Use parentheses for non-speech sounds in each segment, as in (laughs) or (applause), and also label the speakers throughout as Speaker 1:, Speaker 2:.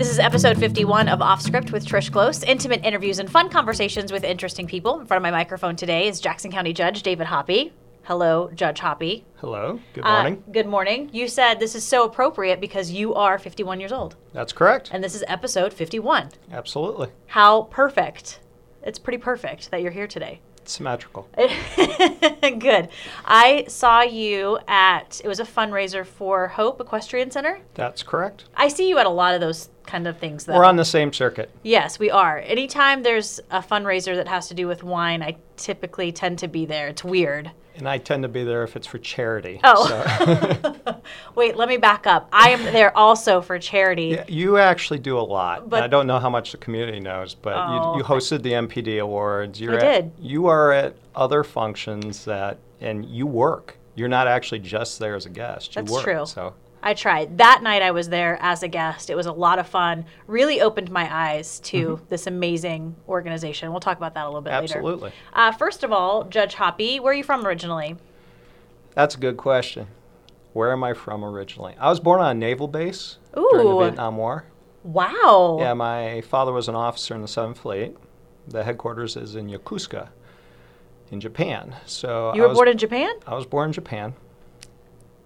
Speaker 1: is episode 51 of Off Script with Trish Close. Intimate interviews and fun conversations with interesting people. In front of my microphone today is Jackson County Judge David Hoppy. Hello, Judge Hoppy.
Speaker 2: Hello. Good
Speaker 1: Uh,
Speaker 2: morning.
Speaker 1: good morning. You said this is so appropriate because you are 51 years old,
Speaker 2: That's correct.
Speaker 1: and this is episode 51.
Speaker 2: Absolutely.
Speaker 1: How perfect! It's pretty perfect that you're here today. (laughs)
Speaker 2: It's symmetrical.
Speaker 1: Good. I saw you at it was a fundraiser for Hope Equestrian Center.
Speaker 2: That's correct.
Speaker 1: I see you at a lot of those kind of things. Though.
Speaker 2: We're on the same circuit.
Speaker 1: Yes, we are. Anytime there's a fundraiser that has to do with wine, I typically tend to be there. It's weird.
Speaker 2: And I tend to be there if it's for charity.
Speaker 1: Oh.
Speaker 2: So,
Speaker 1: (laughs) Wait, let me back up. I am there also for charity.
Speaker 2: Yeah, you actually do a lot.
Speaker 1: But-
Speaker 2: I don't know how much the community knows, but
Speaker 1: Oh.
Speaker 2: you, you hosted the MPD Awards.
Speaker 1: I
Speaker 2: You're at-
Speaker 1: did.
Speaker 2: You are at other functions that, and you work. You're not actually just there as a guest. You
Speaker 1: That's
Speaker 2: work.
Speaker 1: true.
Speaker 2: So
Speaker 1: I tried. That night I was there as a guest. It was a lot of fun. Really opened my eyes to this amazing organization. We'll talk about that a little bit later.
Speaker 2: Mm-hmm. absolutely.
Speaker 1: Uh, first of all, Judge Hoppy, where are you from originally?
Speaker 2: That's a good question. Where am I from originally? I was born on a naval base during the
Speaker 1: Ooh.
Speaker 2: Vietnam War.
Speaker 1: Wow.
Speaker 2: Yeah, my father was an officer in the Seventh Fleet. The headquarters is in Yokosuka, in Japan. So
Speaker 1: you were
Speaker 2: uh, I was,
Speaker 1: born in Japan?
Speaker 2: I was born in Japan.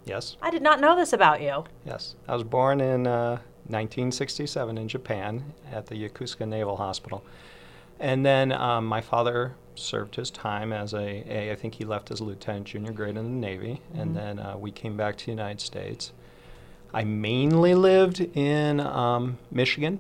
Speaker 2: Yes,
Speaker 1: I did not know this about you.
Speaker 2: yes. I was born in uh, 1967 in Japan at the Yokosuka Naval Hospital, and then um, my father served his time as a, a. I think he left as a lieutenant junior grade in the Navy,
Speaker 1: Mm-hmm.
Speaker 2: and then uh, we came back to the United States. I mainly lived in um, Michigan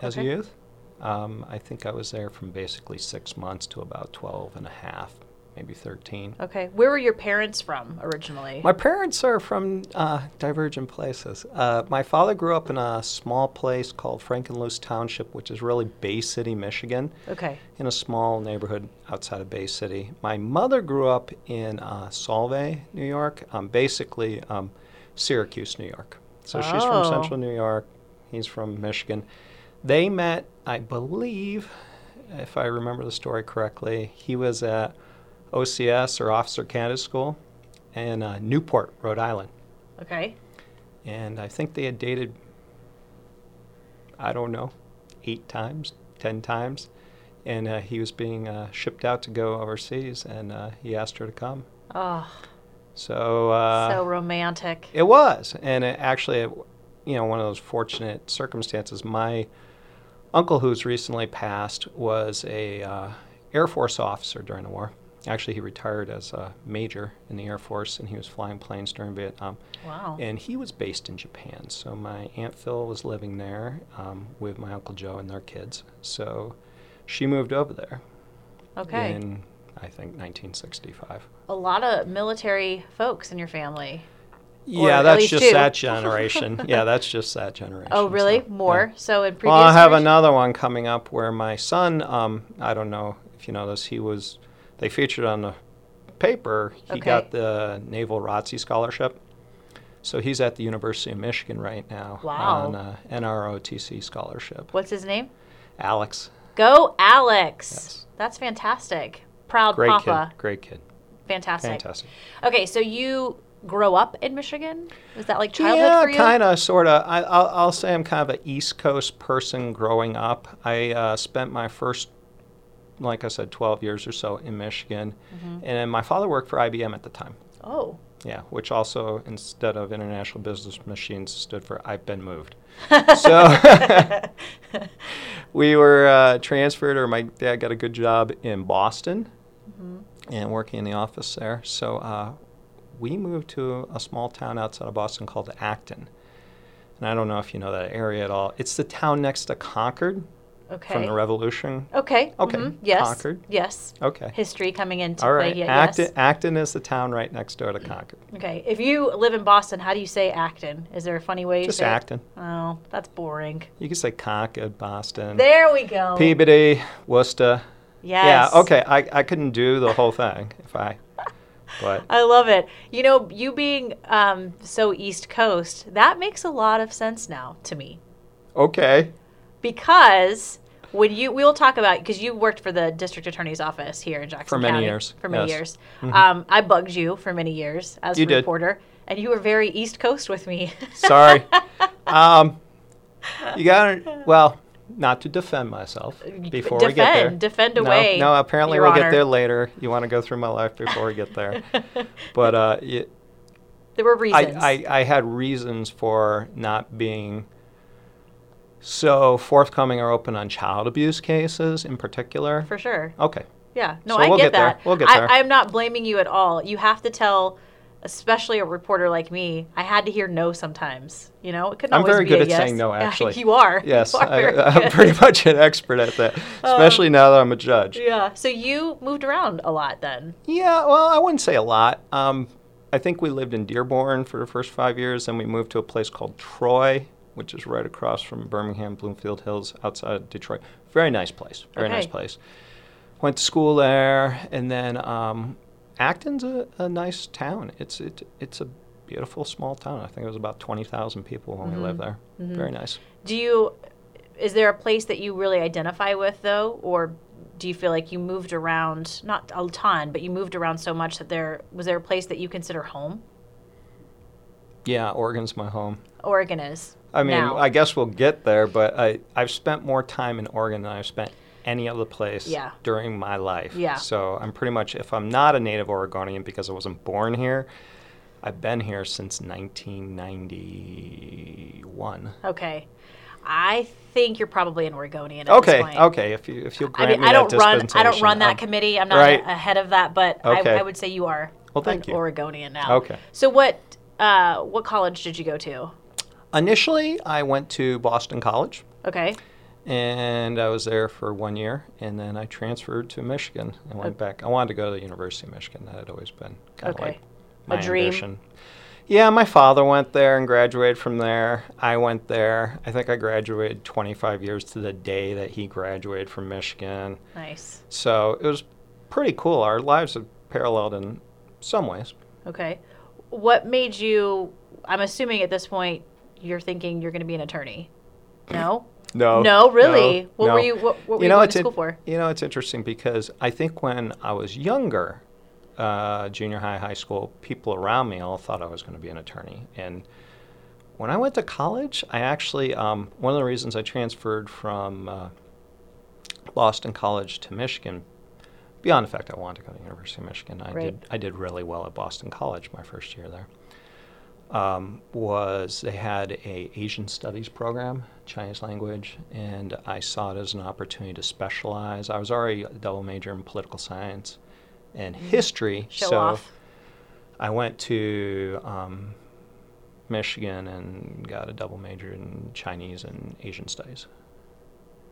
Speaker 2: as
Speaker 1: Okay.
Speaker 2: a youth. Um, I think I was there from basically six months to about 12 and a half, maybe 13.
Speaker 1: Okay. Where were your parents from originally?
Speaker 2: My parents are from uh, divergent places. Uh, my father grew up in a small place called Frankenloose Township, which is really Bay City, Michigan,
Speaker 1: Okay.
Speaker 2: in a small neighborhood outside of Bay City. My mother grew up in uh, Solvay, New York, um, basically um, Syracuse, New York. So she's
Speaker 1: Oh.
Speaker 2: from central New York, he's from Michigan. They met, I believe, if I remember the story correctly, he was at OCS or Officer Candidate School in uh, Newport, Rhode Island.
Speaker 1: Okay.
Speaker 2: And I think they had dated, I don't know, eight times, ten times. And uh, he was being uh, shipped out to go overseas, and uh, he asked her to come.
Speaker 1: Oh,
Speaker 2: So, uh,
Speaker 1: so romantic.
Speaker 2: it was, and it actually, it, you know, one of those fortunate circumstances. My uncle, who's recently passed, was a uh, Air Force officer during the war. Actually, he retired as a major in the Air Force, and he was flying planes during Vietnam.
Speaker 1: Wow.
Speaker 2: And he was based in Japan, so my aunt Phil was living there um, with my uncle Joe and their kids. So she moved over there
Speaker 1: Okay.
Speaker 2: in, I think, 1965.
Speaker 1: a lot of military folks in your family. Or
Speaker 2: Yeah,
Speaker 1: at
Speaker 2: that's
Speaker 1: least
Speaker 2: just
Speaker 1: two.
Speaker 2: that generation. yeah, that's just that
Speaker 1: (laughs)
Speaker 2: generation.
Speaker 1: Oh, really?
Speaker 2: so, yeah.
Speaker 1: More? So in previous
Speaker 2: Well, I have
Speaker 1: generations-
Speaker 2: another one coming up where my son, um, I don't know if you know this, he was, they featured on the paper, he
Speaker 1: Okay.
Speaker 2: got the Naval ROTC scholarship. So he's at the University of Michigan right now
Speaker 1: Wow.
Speaker 2: on uh, a NROTC scholarship.
Speaker 1: What's his name?
Speaker 2: Alex,
Speaker 1: Go Alex.
Speaker 2: Yes.
Speaker 1: That's fantastic. Proud
Speaker 2: great
Speaker 1: papa.
Speaker 2: kid, great kid,
Speaker 1: Fantastic.
Speaker 2: fantastic.
Speaker 1: Okay, so you grow up in Michigan? Was that like childhood
Speaker 2: yeah,
Speaker 1: for you?
Speaker 2: kind of, sort of. I'll, I'll say I'm kind of an East Coast person growing up. I uh, spent my first, like I said, 12 years or so in Michigan.
Speaker 1: Mm-hmm.
Speaker 2: And then my father worked for IBM at the time.
Speaker 1: Oh.
Speaker 2: Yeah, which also, instead of International Business Machines, stood for I've
Speaker 1: (laughs)
Speaker 2: Been Moved. so (laughs)
Speaker 1: Mm-hmm.
Speaker 2: we were uh, transferred, or my dad got a good job in Boston and working in the office there. So uh, we moved to a small town outside of Boston called Acton. And I don't know if you know that area at all. It's the town next to Concord
Speaker 1: Okay.
Speaker 2: from the Revolution.
Speaker 1: Okay.
Speaker 2: Okay.
Speaker 1: mhm, Yes.
Speaker 2: Concord.
Speaker 1: Yes.
Speaker 2: Okay.
Speaker 1: History coming into
Speaker 2: all
Speaker 1: play.
Speaker 2: right.
Speaker 1: Yeah,
Speaker 2: Acton,
Speaker 1: yes. Mm.
Speaker 2: Acton is the town right next door to Concord.
Speaker 1: Okay. If you live in Boston, how do you say Acton? Is there a funny way
Speaker 2: Just
Speaker 1: to say it?
Speaker 2: Acton.
Speaker 1: Oh, that's boring.
Speaker 2: You could say Concord, Boston.
Speaker 1: There we go.
Speaker 2: Mm. Peabody, Worcester.
Speaker 1: Yes.
Speaker 2: Yeah, okay. I, I couldn't do the whole thing
Speaker 1: (laughs)
Speaker 2: if I, but
Speaker 1: I love it. You know, you being um, so East Coast, that makes a lot of sense now to me
Speaker 2: okay.
Speaker 1: because when you we'll talk about because you worked for the district attorney's office here in Jackson
Speaker 2: For many
Speaker 1: County
Speaker 2: years,
Speaker 1: for many
Speaker 2: yes. Mm-hmm.
Speaker 1: years. Um, I bugged you for many years as
Speaker 2: You
Speaker 1: a (laughs)
Speaker 2: did.
Speaker 1: reporter, and you were very East Coast with me.
Speaker 2: Sorry. um, You got well, not to defend myself before we get there.
Speaker 1: Uh, Defend, defend
Speaker 2: No,
Speaker 1: away,
Speaker 2: No, apparently
Speaker 1: Your
Speaker 2: we'll
Speaker 1: Honor.
Speaker 2: get there later. You want to go through my life before we
Speaker 1: (laughs)
Speaker 2: get there. but uh, y-
Speaker 1: there were
Speaker 2: I,
Speaker 1: reasons.
Speaker 2: I, I had reasons for not being so forthcoming or open on child abuse cases in particular.
Speaker 1: for sure.
Speaker 2: Okay.
Speaker 1: Yeah, no,
Speaker 2: So
Speaker 1: I
Speaker 2: we'll
Speaker 1: get,
Speaker 2: get there.
Speaker 1: that.
Speaker 2: We'll get
Speaker 1: I,
Speaker 2: there.
Speaker 1: I'm not blaming you at all. You have to tell, especially a reporter like me. I had to hear no sometimes. You know, it couldn't
Speaker 2: I'm
Speaker 1: always
Speaker 2: very
Speaker 1: be
Speaker 2: good
Speaker 1: a
Speaker 2: at
Speaker 1: yes. (laughs)
Speaker 2: saying no, actually.
Speaker 1: you are.
Speaker 2: (laughs) Yes,
Speaker 1: you are
Speaker 2: I,
Speaker 1: very
Speaker 2: I'm
Speaker 1: good. Um,
Speaker 2: pretty (laughs) much an expert at
Speaker 1: (laughs)
Speaker 2: that, especially now that I'm a judge.
Speaker 1: Yeah. So you moved around a lot then.
Speaker 2: Yeah, well, I wouldn't say a lot. Um, I think we lived in Dearborn for the first five years, and we moved to a place called Troy, which is right across from Birmingham, Bloomfield Hills, outside of Detroit. Very nice place. Very nice
Speaker 1: Okay.
Speaker 2: place. Went to school there, and then um, Acton's a, a nice town. It's it, it's a beautiful small town. I think it was about twenty thousand people when we lived there. Very nice.
Speaker 1: Do you? Is there a place that you really identify with though, or do you feel like you moved around not a ton, but you moved around so much that there was there a place that you consider home?
Speaker 2: Yeah, Oregon's my home.
Speaker 1: Oregon is.
Speaker 2: I mean,
Speaker 1: now.
Speaker 2: I guess we'll get there, but I, I've spent more time in Oregon than I've spent any other place
Speaker 1: Yeah.
Speaker 2: during my life.
Speaker 1: Yeah.
Speaker 2: So I'm pretty much, if I'm not a native Oregonian because I wasn't born here, I've been here since 1991.
Speaker 1: Okay. I think you're probably an Oregonian. At
Speaker 2: Okay,
Speaker 1: This point.
Speaker 2: okay. If you if you'll
Speaker 1: I
Speaker 2: grant
Speaker 1: mean,
Speaker 2: me
Speaker 1: I don't
Speaker 2: that
Speaker 1: run. I don't
Speaker 2: dispensation,
Speaker 1: run that
Speaker 2: um,
Speaker 1: committee. I'm not
Speaker 2: right.
Speaker 1: a- ahead of that, but
Speaker 2: Okay.
Speaker 1: I, I would say you are
Speaker 2: Well, thank
Speaker 1: an
Speaker 2: you.
Speaker 1: Oregonian now.
Speaker 2: Okay.
Speaker 1: So what? Uh, what college did you go to?
Speaker 2: Um, Initially, I went to Boston College,
Speaker 1: Okay.
Speaker 2: and I was there for one year, and then I transferred to Michigan and went back. I wanted to go to the University of Michigan. That had always been kind of
Speaker 1: Oh. Okay.
Speaker 2: like
Speaker 1: A
Speaker 2: my
Speaker 1: dream.
Speaker 2: ambition. Yeah, my father went there and graduated from there. I went there. I think I graduated 25 years to the day that he graduated from Michigan.
Speaker 1: Nice.
Speaker 2: So it was pretty cool. Our lives have paralleled in some ways.
Speaker 1: Okay. What made you? I'm assuming at this point you're thinking you're going to be an attorney. No.
Speaker 2: No.
Speaker 1: No, really? What were
Speaker 2: no.
Speaker 1: you- what- what were you
Speaker 2: know,
Speaker 1: going
Speaker 2: it's
Speaker 1: to
Speaker 2: in-
Speaker 1: school for?
Speaker 2: You know, it's interesting because I think when I was younger, uh, junior high, high school, people around me all thought I was going to be an attorney. And when I went to college, I actually, um, one of the reasons I transferred from uh, Boston College to Michigan, beyond the fact I wanted to go to the University of Michigan, I,
Speaker 1: Right.
Speaker 2: did, I did really well at Boston College my first year there um, was they had a Asian studies program, Chinese language, and I saw it as an opportunity to specialize. I was already a double major in political science and history,
Speaker 1: Mm. Show
Speaker 2: so
Speaker 1: off.
Speaker 2: I went to um, Michigan and got a double major in Chinese and Asian studies.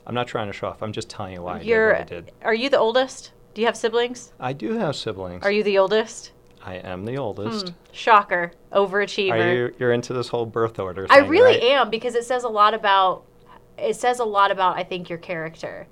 Speaker 2: I'm not trying to show off. I'm just telling you why
Speaker 1: You're.
Speaker 2: I did what I did.
Speaker 1: Are you the oldest? Do you have siblings?
Speaker 2: I do have siblings.
Speaker 1: Are you the oldest?
Speaker 2: I am the
Speaker 1: Hmm.
Speaker 2: oldest.
Speaker 1: Shocker. Overachiever.
Speaker 2: Are you? You're into this whole birth order.
Speaker 1: I
Speaker 2: thing,
Speaker 1: really
Speaker 2: right?
Speaker 1: am because it says a lot about it says a lot about I think your character.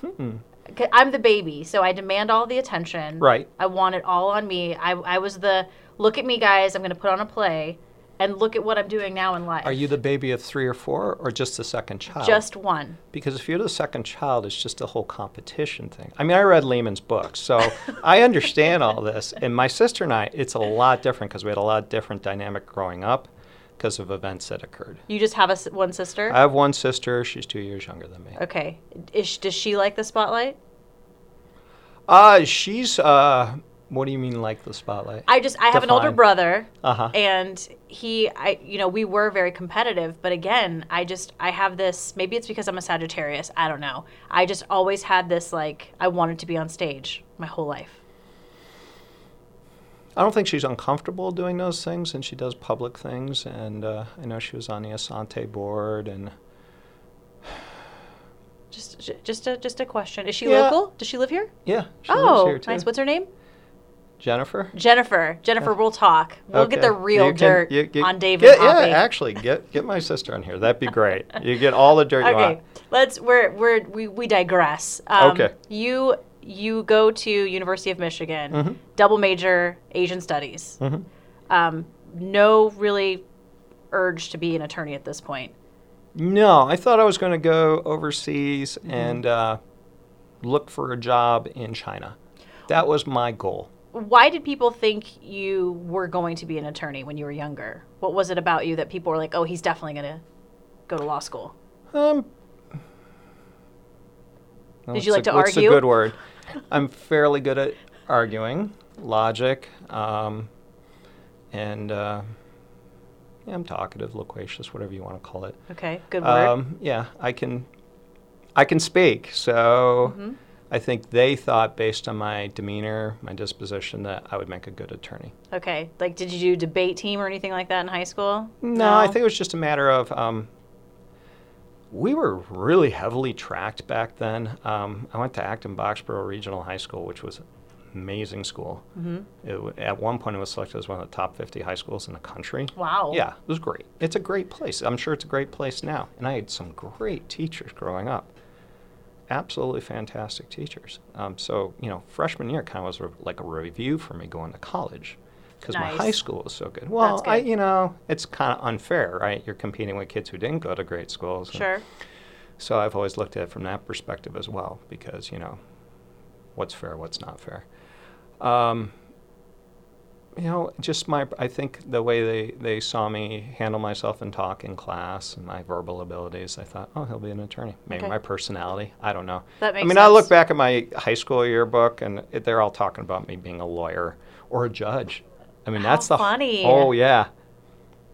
Speaker 2: Hmm.
Speaker 1: 'Cause I'm the baby, so I demand all the attention.
Speaker 2: Right.
Speaker 1: I want it all on me. I I was the look at me guys, I'm going to put on a play and look at what I'm doing now in life.
Speaker 2: Are you the baby of three or four, or just the second child?
Speaker 1: just one?
Speaker 2: because if you're the second child, it's just a whole competition thing. I mean, I read Lehman's
Speaker 1: (laughs)
Speaker 2: book, so I understand all this. And my sister and I, it's a lot different because we had a lot different dynamic growing up because of events that occurred.
Speaker 1: You just have a s- one sister?
Speaker 2: I have one sister; she's two years younger than me.
Speaker 1: okay. Is, does she like the spotlight?
Speaker 2: Uh, she's uh, what do you mean, like the spotlight?
Speaker 1: I just I have an older
Speaker 2: Define.
Speaker 1: brother.
Speaker 2: Uh huh.
Speaker 1: and he i you know we were very competitive but again i just i have this maybe it's because i'm a sagittarius i don't know i just always had this like i wanted to be on stage my whole life
Speaker 2: I don't think she's uncomfortable doing those things, and she does public things. And uh, I know she was on the Asante board, and
Speaker 1: just j- just a just a question is she
Speaker 2: Yeah.
Speaker 1: local does she live here
Speaker 2: yeah, she lives
Speaker 1: oh
Speaker 2: here too.
Speaker 1: nice what's her name
Speaker 2: Jennifer?
Speaker 1: jennifer jennifer we'll talk we'll get
Speaker 2: Okay.
Speaker 1: the real
Speaker 2: You can-
Speaker 1: dirt
Speaker 2: you- you-
Speaker 1: on david
Speaker 2: Get, yeah,
Speaker 1: Hoppe.
Speaker 2: actually, get get my sister on here. That'd
Speaker 1: (laughs)
Speaker 2: be great. You get all the dirt you want.
Speaker 1: okay let's we're we're we, we digress um,
Speaker 2: Okay.
Speaker 1: you you go to university of michigan
Speaker 2: Mhm.
Speaker 1: double major asian studies
Speaker 2: Mhm.
Speaker 1: um, no really urge to be an attorney at this point.
Speaker 2: No, I thought I was going to go overseas
Speaker 1: Mm-hmm.
Speaker 2: and uh, look for a job in China. That was my goal.
Speaker 1: Why did people think you were going to be an attorney when you were younger? What was it about you that people were like, "Oh, he's definitely going to go to law school?
Speaker 2: Um, no,
Speaker 1: Did you like
Speaker 2: what's a-
Speaker 1: to
Speaker 2: what's
Speaker 1: argue?
Speaker 2: a good word? I'm fairly good at arguing, logic, um, and uh, yeah, I'm talkative, loquacious, whatever you want to call it.
Speaker 1: Okay, good word.
Speaker 2: Um, yeah, I can, I can speak. So
Speaker 1: Mhm.
Speaker 2: I think they thought, based on my demeanor, my disposition, that I would make a good attorney.
Speaker 1: Okay, like did you do debate team or anything like that in high school?
Speaker 2: No, I think it was just a matter of um, we were really heavily tracked back then. Um, I went to Acton Boxborough Regional High School, which was amazing school.
Speaker 1: Mhm.
Speaker 2: It w- at one point, it was selected as one of the top 50 high schools in the country.
Speaker 1: Wow.
Speaker 2: Yeah, it was great. It's a great place. I'm sure it's a great place now. And I had some great teachers growing up. Absolutely fantastic teachers. Um, so, you know, freshman year kind of was re- like a review for me going to college because
Speaker 1: Nice.
Speaker 2: my high school was so good. Well,
Speaker 1: That's
Speaker 2: I,
Speaker 1: good.
Speaker 2: you know, it's kind of unfair, right? You're competing with kids who didn't go to great schools. and-
Speaker 1: Sure.
Speaker 2: So I've always looked at it from that perspective as well because, you know, what's fair, what's not fair. Um, you know, just my, I think the way they, they saw me handle myself and talk in class and my verbal abilities, I thought, oh, he'll be an attorney. Maybe
Speaker 1: Okay.
Speaker 2: my personality. I don't know.
Speaker 1: That makes
Speaker 2: I mean, I look
Speaker 1: sense.
Speaker 2: back at my high school yearbook and it, they're all talking about me being a lawyer or a judge. I mean,
Speaker 1: How
Speaker 2: that's the
Speaker 1: funny.
Speaker 2: Oh, yeah.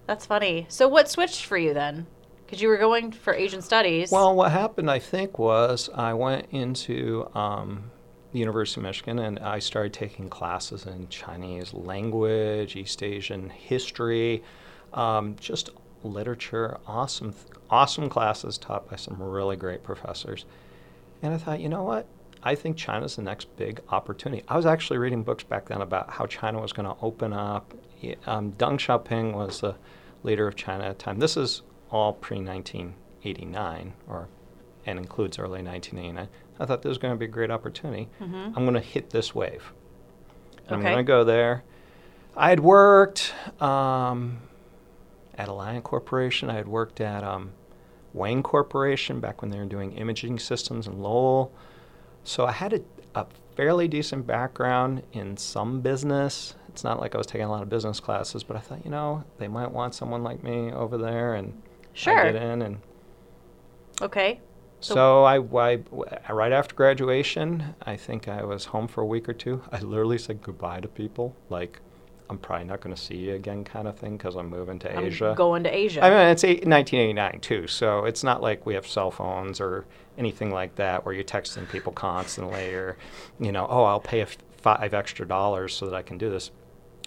Speaker 1: That's funny. So what switched for you then? Because you were going for Asian studies.
Speaker 2: Well, what happened, I think, was I went into um, the University of Michigan and I started taking classes in Chinese language, East Asian history, um, just literature. Awesome, th- awesome classes taught by some really great professors. And I thought, you know what? I think China's the next big opportunity. I was actually reading books back then about how China was going to open up. Y- Um, Deng Xiaoping was the leader of China at the time. This is all pre 1989, or and includes early 1989. I thought this was going to be a great opportunity.
Speaker 1: Mhm.
Speaker 2: I'm going to hit this wave. I'm
Speaker 1: Okay.
Speaker 2: going to go there. I had worked um, at Alliant Corporation. I had worked at um, Wayne Corporation back when they were doing imaging systems in Lowell. So I had a, a fairly decent background in some business. It's not like I was taking a lot of business classes, but I thought, you know, they might want someone like me over there, and
Speaker 1: Sure.
Speaker 2: I get in and
Speaker 1: okay. So-
Speaker 2: so I, I, right after graduation, I think I was home for a week or two. I literally said goodbye to people, like I'm probably not going to see you again, kind of thing, because I'm moving to Asia.
Speaker 1: I'm going to Asia.
Speaker 2: I mean, it's eight, 1989 too, so it's not like we have cell phones or anything like that, where you're texting people constantly, or you know, oh, I'll pay a f- five extra dollars so that I can do this.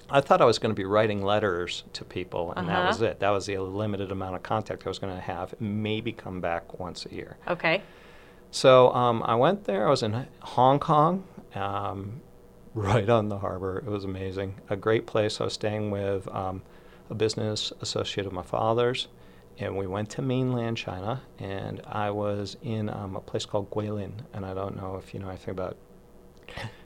Speaker 2: I thought I was going to be writing letters to people, and
Speaker 1: Uh-huh.
Speaker 2: that was it. That was the limited amount of contact I was going to have. Maybe come back once a year.
Speaker 1: okay.
Speaker 2: So um, I went there. I was in Hong Kong, um, (laughs) right on the harbor. It was amazing. A great place. I was staying with um, a business associate of my father's, and we went to mainland China. And I was in um, a place called Guilin, and I don't know if you know anything about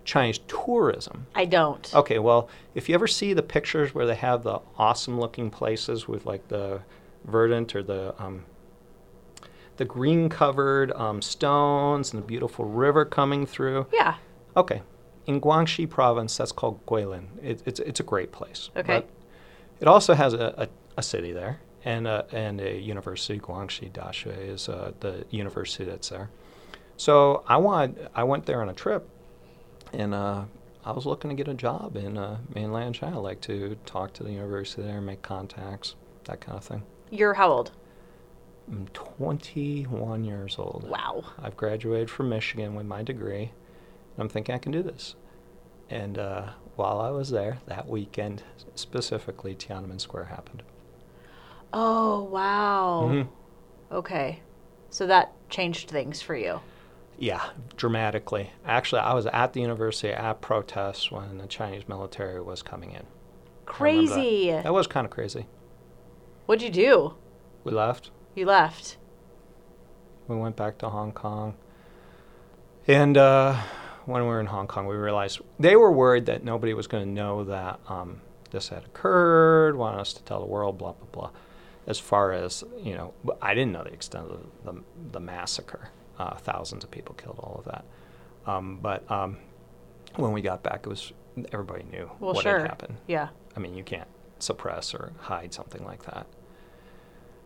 Speaker 2: Chinese tourism.
Speaker 1: I don't.
Speaker 2: Okay, well, if you ever see the pictures where they have the awesome looking places with like the verdant or the um, the green covered um, stones and the beautiful river coming through.
Speaker 1: Yeah.
Speaker 2: Okay, in Guangxi province, that's called Guilin. It, it's it's a great place.
Speaker 1: Okay.
Speaker 2: but it also has a, a, a city there and a, and a university. Guangxi Dashui is uh, the university that's there. So I wanted, I went there on a trip, and uh, I was looking to get a job in uh, mainland China, like to talk to the university there, make contacts, that kind of thing.
Speaker 1: You're how old?
Speaker 2: I'm 21 years old.
Speaker 1: Wow.
Speaker 2: I've graduated from Michigan with my degree, and I'm thinking I can do this. And uh, while I was there that weekend, specifically Tiananmen Square happened.
Speaker 1: Oh wow.
Speaker 2: Mhm.
Speaker 1: Okay. So that changed things for you.
Speaker 2: Yeah, dramatically. Actually, I was at the university at protests when the Chinese military was coming in. I remember that.
Speaker 1: Crazy.
Speaker 2: That was kind of crazy.
Speaker 1: What'd you do?
Speaker 2: We left.
Speaker 1: You left.
Speaker 2: We went back to Hong Kong. And uh, when we were in Hong Kong, we realized they were worried that nobody was going to know that um, this had occurred, wanted us to tell the world, blah, blah, blah. As far as, you know, but I didn't know the extent of the, the massacre. Uh, thousands of people killed, all of that. Um, but um, when we got back, it was everybody knew
Speaker 1: Well,
Speaker 2: what
Speaker 1: sure.
Speaker 2: had happened.
Speaker 1: Yeah.
Speaker 2: I mean, you can't suppress or hide something like that.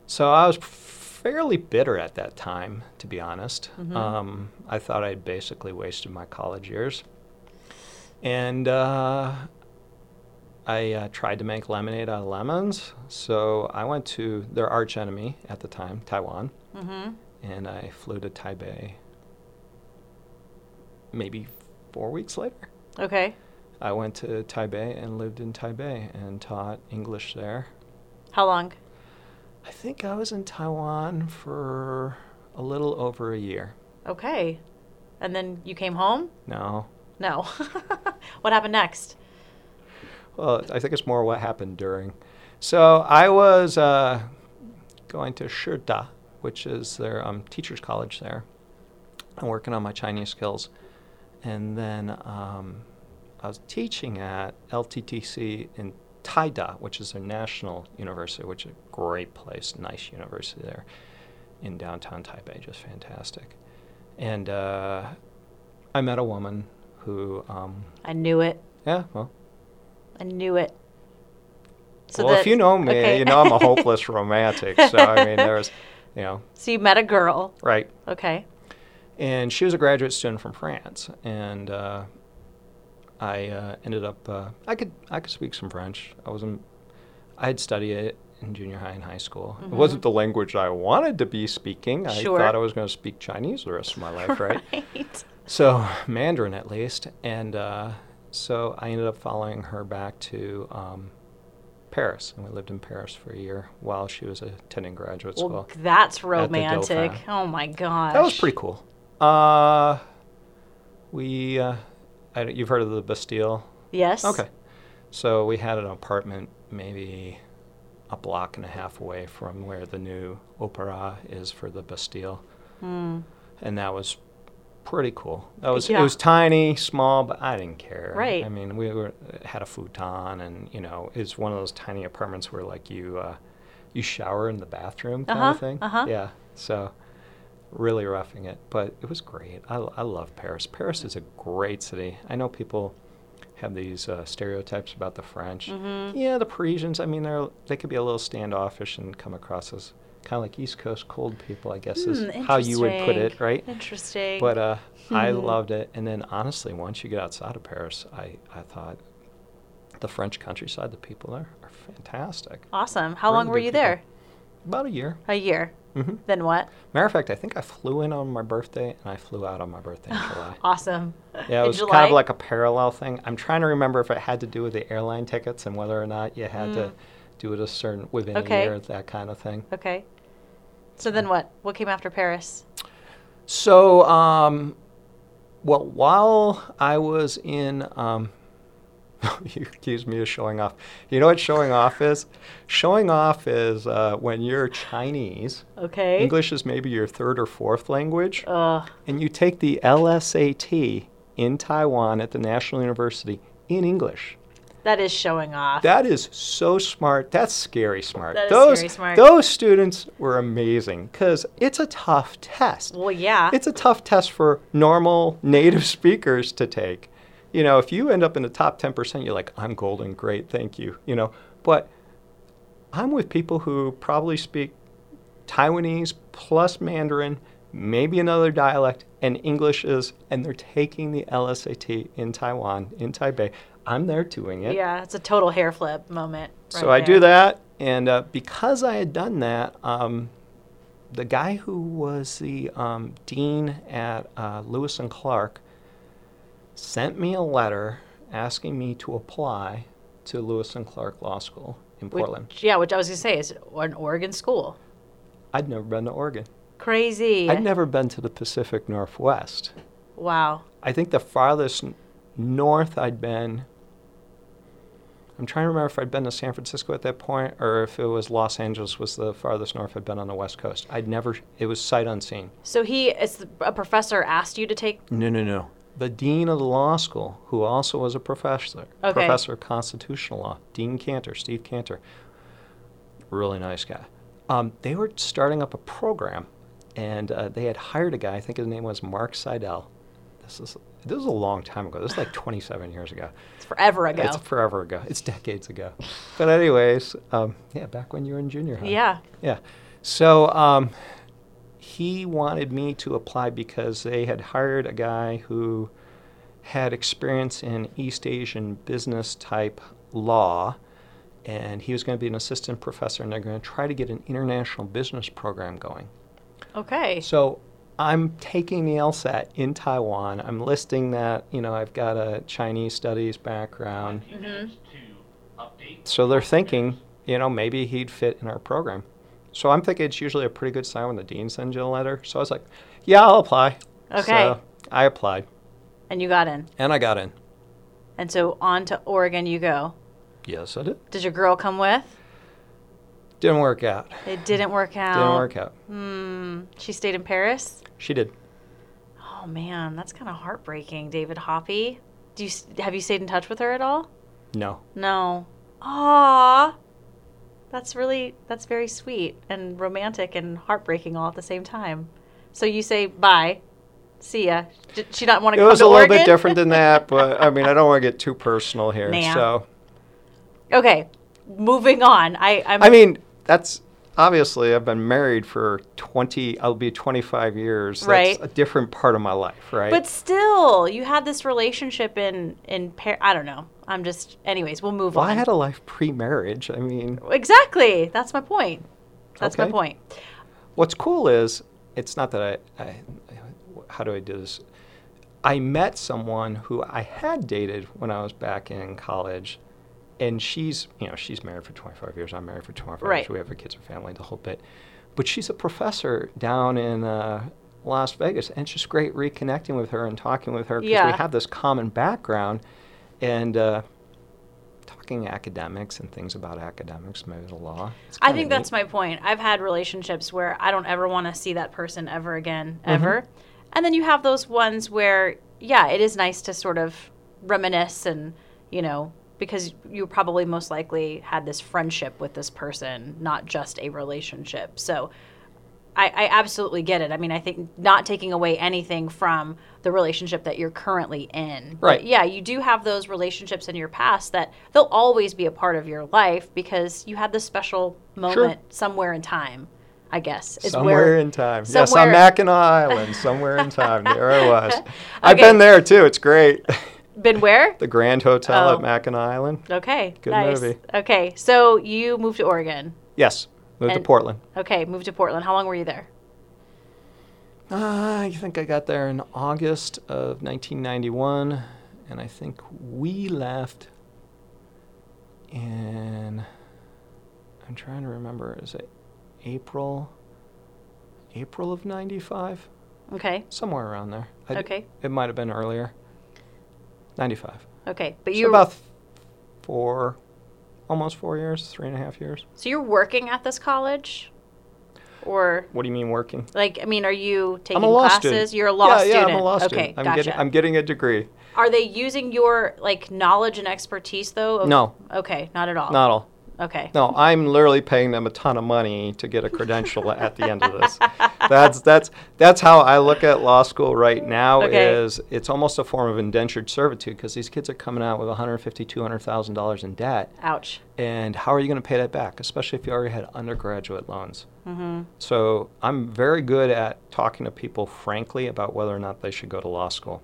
Speaker 2: So I was f- fairly bitter at that time, to be honest. Um, I thought I'd basically wasted my college years. And uh, I uh, tried to make lemonade out of lemons. So I went to their arch enemy at the time, Taiwan,
Speaker 1: Mm-hmm.
Speaker 2: and I flew to Taipei maybe four weeks later.
Speaker 1: Okay.
Speaker 2: I went to Taipei and lived in Taipei and taught English there.
Speaker 1: How long?
Speaker 2: I think I was in Taiwan for a little over a year.
Speaker 1: Okay. And then you came home?
Speaker 2: No.
Speaker 1: No. (laughs) what happened next?
Speaker 2: Well, I think it's more what happened during. So I was uh, going to Shirda, which is their um, teacher's college there, and working on my Chinese skills. And then um, I was teaching at LTTC in Taida, which is their national university, which is a great place, nice university there in downtown Taipei, just fantastic. And uh, I met a woman who, um,
Speaker 1: I knew it.
Speaker 2: yeah, well,
Speaker 1: I knew it.
Speaker 2: well, if
Speaker 1: that-
Speaker 2: you know me,
Speaker 1: okay.
Speaker 2: you know
Speaker 1: (laughs)
Speaker 2: I'm a hopeless romantic. So I mean, there's, you know,
Speaker 1: So you met a girl.
Speaker 2: right.
Speaker 1: Okay.
Speaker 2: And she was a graduate student from France, and uh, I uh, ended up. Uh, I could I could speak some French. I wasn't. I had studied it in junior high and high school. It wasn't the language I wanted to be speaking. I
Speaker 1: Mm-hmm. Sure.
Speaker 2: thought I was going to speak Chinese the rest of my life, right?
Speaker 1: (laughs) Right.
Speaker 2: So Mandarin, at least, and uh, so I ended up following her back to um, Paris, and we lived in Paris for a year while she was attending graduate school.
Speaker 1: Well, that's
Speaker 2: Dauphin.
Speaker 1: romantic. Oh my gosh.
Speaker 2: that was pretty cool. Uh, we, uh, I, don't- you've heard of the Bastille?
Speaker 1: Yes.
Speaker 2: Okay, so we had an apartment maybe a block and a half away from where the new opera is for the Bastille.
Speaker 1: Hmm.
Speaker 2: and that was pretty cool. That was
Speaker 1: Yeah.
Speaker 2: it was tiny, small, but I didn't care.
Speaker 1: Right.
Speaker 2: I mean, we were had a futon, and you know, it's one of those tiny apartments where like you uh, you shower in the bathroom kind
Speaker 1: Uh-huh,
Speaker 2: of thing.
Speaker 1: uh-huh.
Speaker 2: Yeah. So really roughing it, but it was great. I I love Paris. Paris is a great city. I know people have these uh, stereotypes about the French.
Speaker 1: Mm-hmm.
Speaker 2: Yeah, the Parisians. I mean, they're they could be a little standoffish and come across as kind of like East Coast cold people. I guess is
Speaker 1: Hmm,
Speaker 2: how you would put it,
Speaker 1: interesting.
Speaker 2: right?
Speaker 1: Interesting.
Speaker 2: But uh, I
Speaker 1: Hmm.
Speaker 2: loved it. And then honestly, once you get outside of Paris, I, I thought the French countryside, the people there are fantastic.
Speaker 1: awesome. How long
Speaker 2: Really
Speaker 1: were
Speaker 2: good
Speaker 1: you
Speaker 2: people.
Speaker 1: there?
Speaker 2: About a year.
Speaker 1: A year.
Speaker 2: hmm
Speaker 1: Then what?
Speaker 2: Matter of fact, I think I flew in on my birthday and I flew out on my
Speaker 1: (laughs)
Speaker 2: birthday in July.
Speaker 1: Awesome.
Speaker 2: Yeah, it
Speaker 1: In
Speaker 2: was
Speaker 1: July?
Speaker 2: kind of like a parallel thing. I'm trying to remember if it had to do with the airline tickets and whether or not you had to
Speaker 1: Mm.
Speaker 2: do it a certain within
Speaker 1: Okay.
Speaker 2: a year, that kind of thing.
Speaker 1: Okay. So then what? What came after Paris?
Speaker 2: So, um, well, while I was in, um, (laughs) you accuse me of showing off. You know what showing off is? Showing off is uh, when you're Chinese.
Speaker 1: Okay. Uh.
Speaker 2: English is maybe your third or fourth language,
Speaker 1: Ugh.
Speaker 2: and you take the LSAT in Taiwan at the National University in English.
Speaker 1: That is showing off.
Speaker 2: That is so smart. That's scary smart.
Speaker 1: That is
Speaker 2: those
Speaker 1: scary smart.
Speaker 2: those students were amazing because it's a tough test
Speaker 1: well, yeah.
Speaker 2: it's a tough test for normal native (laughs) speakers to take. You know, if you end up in the top 10%, you're like, I'm golden, great, thank you. You know, but I'm with people who probably speak Taiwanese plus Mandarin, maybe another dialect, and English is, and they're taking the LSAT in Taiwan, in Taipei. I'm there doing it.
Speaker 1: yeah, it's a total hair flip moment.
Speaker 2: So
Speaker 1: right
Speaker 2: I do
Speaker 1: there.
Speaker 2: that, and uh, because I had done that, um, the guy who was the um, dean at uh, Lewis and Clark sent me a letter asking me to apply to Lewis and Clark Law School in
Speaker 1: Which-
Speaker 2: Portland.
Speaker 1: yeah, which I was gonna say is an Oregon school.
Speaker 2: I'd never been to Oregon.
Speaker 1: Crazy.
Speaker 2: I'd never been to the Pacific Northwest.
Speaker 1: Wow.
Speaker 2: I think the farthest n- north I'd been. I'm trying to remember if I'd been to San Francisco at that point, or if it was Los Angeles was the farthest north I'd been on the West Coast. I'd never. It was sight unseen.
Speaker 1: So he, is a professor, asked you to take.
Speaker 2: No, no, no. The dean of the law school, who also was a professor,
Speaker 1: Okay.
Speaker 2: professor of constitutional law, Dean Cantor, Steve Cantor, really nice guy. Um, they were starting up a program, and uh, they had hired a guy. I think his name was Mark Seidel. This is this is a long time ago.
Speaker 1: (sighs)
Speaker 2: This is like 27 years ago.
Speaker 1: It's forever ago.
Speaker 2: It's forever ago. It's decades ago. But anyways, um, yeah, back when you were in junior high.
Speaker 1: yeah.
Speaker 2: Yeah. So um, he wanted me to apply because they had hired a guy who had experience in East Asian business type law, and he was going to be an assistant professor, and they're going to try to get an international business program going.
Speaker 1: Okay.
Speaker 2: So I'm taking the LSAT in Taiwan. I'm listing that, you know, I've got a Chinese studies background. So they're thinking, you know, maybe he'd fit in our program. So I'm thinking it's usually a pretty good sign when the dean sends you a letter. So I was like, yeah, I'll apply.
Speaker 1: Okay.
Speaker 2: So I applied
Speaker 1: And you got in.
Speaker 2: and I got in.
Speaker 1: And so on to Oregon you go.
Speaker 2: Yes, I did.
Speaker 1: Does your girl come with?
Speaker 2: Didn't work out.
Speaker 1: It didn't work out.
Speaker 2: Didn't work out.
Speaker 1: Hmm. She stayed in Paris?
Speaker 2: She did.
Speaker 1: Oh man, that's kind of heartbreaking, David Hoppy. Do you s- have you stayed in touch with her at all?
Speaker 2: No.
Speaker 1: No. Aw. That's really that's very sweet and romantic and heartbreaking all at the same time. So you say bye, see ya. Did she not want to
Speaker 2: It
Speaker 1: come
Speaker 2: was
Speaker 1: to
Speaker 2: a little
Speaker 1: Oregon?
Speaker 2: bit different
Speaker 1: (laughs)
Speaker 2: than that, but I mean, I don't want to get too personal here.
Speaker 1: Nah.
Speaker 2: So,
Speaker 1: okay, moving on. I I'm,
Speaker 2: I mean, that's obviously I've been married for 20, I'll be 25 years. That's
Speaker 1: Right.
Speaker 2: a different part of my life, right?
Speaker 1: but still, you had this relationship in in Paris. I don't know. I'm just. Anyways, we'll move
Speaker 2: well,
Speaker 1: on.
Speaker 2: I had a life pre marriage. I mean,
Speaker 1: Exactly. That's my point. That's my
Speaker 2: Okay.
Speaker 1: point.
Speaker 2: What's cool is it's not that I, I, how do I do this? I met someone who I had dated when I was back in college, and she's you know she's married for 25 years. I'm married for 25
Speaker 1: Right.
Speaker 2: years. We have a kids and family, the whole bit. But she's a professor down in uh, Las Vegas, and it's just great reconnecting with her and talking with her because
Speaker 1: Yeah.
Speaker 2: we have this common background, and. Uh, Talking academics and things about academics, maybe the law. It's
Speaker 1: I
Speaker 2: kinda
Speaker 1: think
Speaker 2: neat.
Speaker 1: that's my point. I've had relationships where I don't ever want to see that person ever again,
Speaker 2: Mm-hmm.
Speaker 1: ever. And then you have those ones where, yeah, it is nice to sort of reminisce and, you know, because you probably most likely had this friendship with this person, not just a relationship. So I, I absolutely get it. I mean, I think not taking away anything from the relationship that you're currently in. But
Speaker 2: Right.
Speaker 1: yeah, you do have those relationships in your past that they'll always be a part of your life because you had this special moment somewhere in time, I guess. is
Speaker 2: somewhere
Speaker 1: where-
Speaker 2: in time. Yes, on
Speaker 1: somewhere-
Speaker 2: Mackinac Island, somewhere in
Speaker 1: (laughs)
Speaker 2: time. There I was. I've
Speaker 1: Okay.
Speaker 2: been there too. It's great.
Speaker 1: (laughs) Been where?
Speaker 2: the Grand Hotel
Speaker 1: Oh.
Speaker 2: at Mackinac Island.
Speaker 1: Okay.
Speaker 2: Good
Speaker 1: nice.
Speaker 2: movie.
Speaker 1: Okay. So you moved to Oregon.
Speaker 2: Yes, moved
Speaker 1: And-
Speaker 2: to Portland.
Speaker 1: Okay. Moved to Portland. How long were you there?
Speaker 2: Uh, I think I got there in August of 1991, and I think we left in. I'm trying to remember. Is it April? April of '95,
Speaker 1: Okay.
Speaker 2: somewhere around there. I-
Speaker 1: Okay.
Speaker 2: It might have been earlier. '95.
Speaker 1: Okay. But
Speaker 2: So
Speaker 1: you
Speaker 2: about four, almost four years, three and a half years.
Speaker 1: so you're working at this college? Or
Speaker 2: What do you mean working?
Speaker 1: Like, I mean, are you taking
Speaker 2: I'm a law
Speaker 1: classes?
Speaker 2: student.
Speaker 1: You're a law
Speaker 2: yeah,
Speaker 1: student.
Speaker 2: Yeah, I'm a law
Speaker 1: okay,
Speaker 2: student. I'm
Speaker 1: gotcha.
Speaker 2: getting, I'm getting a degree.
Speaker 1: Are they using your like knowledge and expertise though? of-
Speaker 2: No.
Speaker 1: Okay, not at all.
Speaker 2: Not all.
Speaker 1: Okay.
Speaker 2: No, I'm literally paying them a ton of money to get a credential at the end of
Speaker 1: (laughs)
Speaker 2: this. That's that's that's how I look at law school right now.
Speaker 1: Okay.
Speaker 2: Is it's almost a form of indentured servitude because these kids are coming out with 150, 200 thousand dollars in debt,
Speaker 1: Ouch.
Speaker 2: and how are you going to pay that back? Especially if you already had undergraduate loans.
Speaker 1: Mm-hmm.
Speaker 2: So I'm very good at talking to people frankly about whether or not they should go to law school.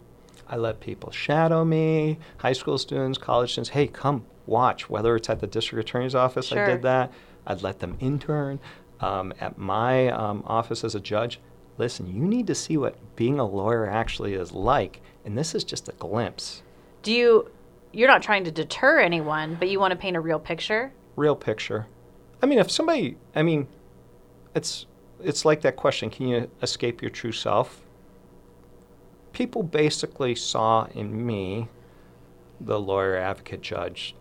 Speaker 2: I let people shadow me, high school students, college students, hey, come watch, whether it's at the district attorney's office, I
Speaker 1: Sure.
Speaker 2: did that. I'd let them intern. Um, at my um, office as a judge, listen, you need to see what being a lawyer actually is like. And this is just a glimpse,
Speaker 1: Do you? You're not trying to deter anyone, but you want to paint a real picture.
Speaker 2: real picture. I mean, if somebody, I mean, it's it's like that question can you escape your true self people basically saw in me the lawyer advocate judge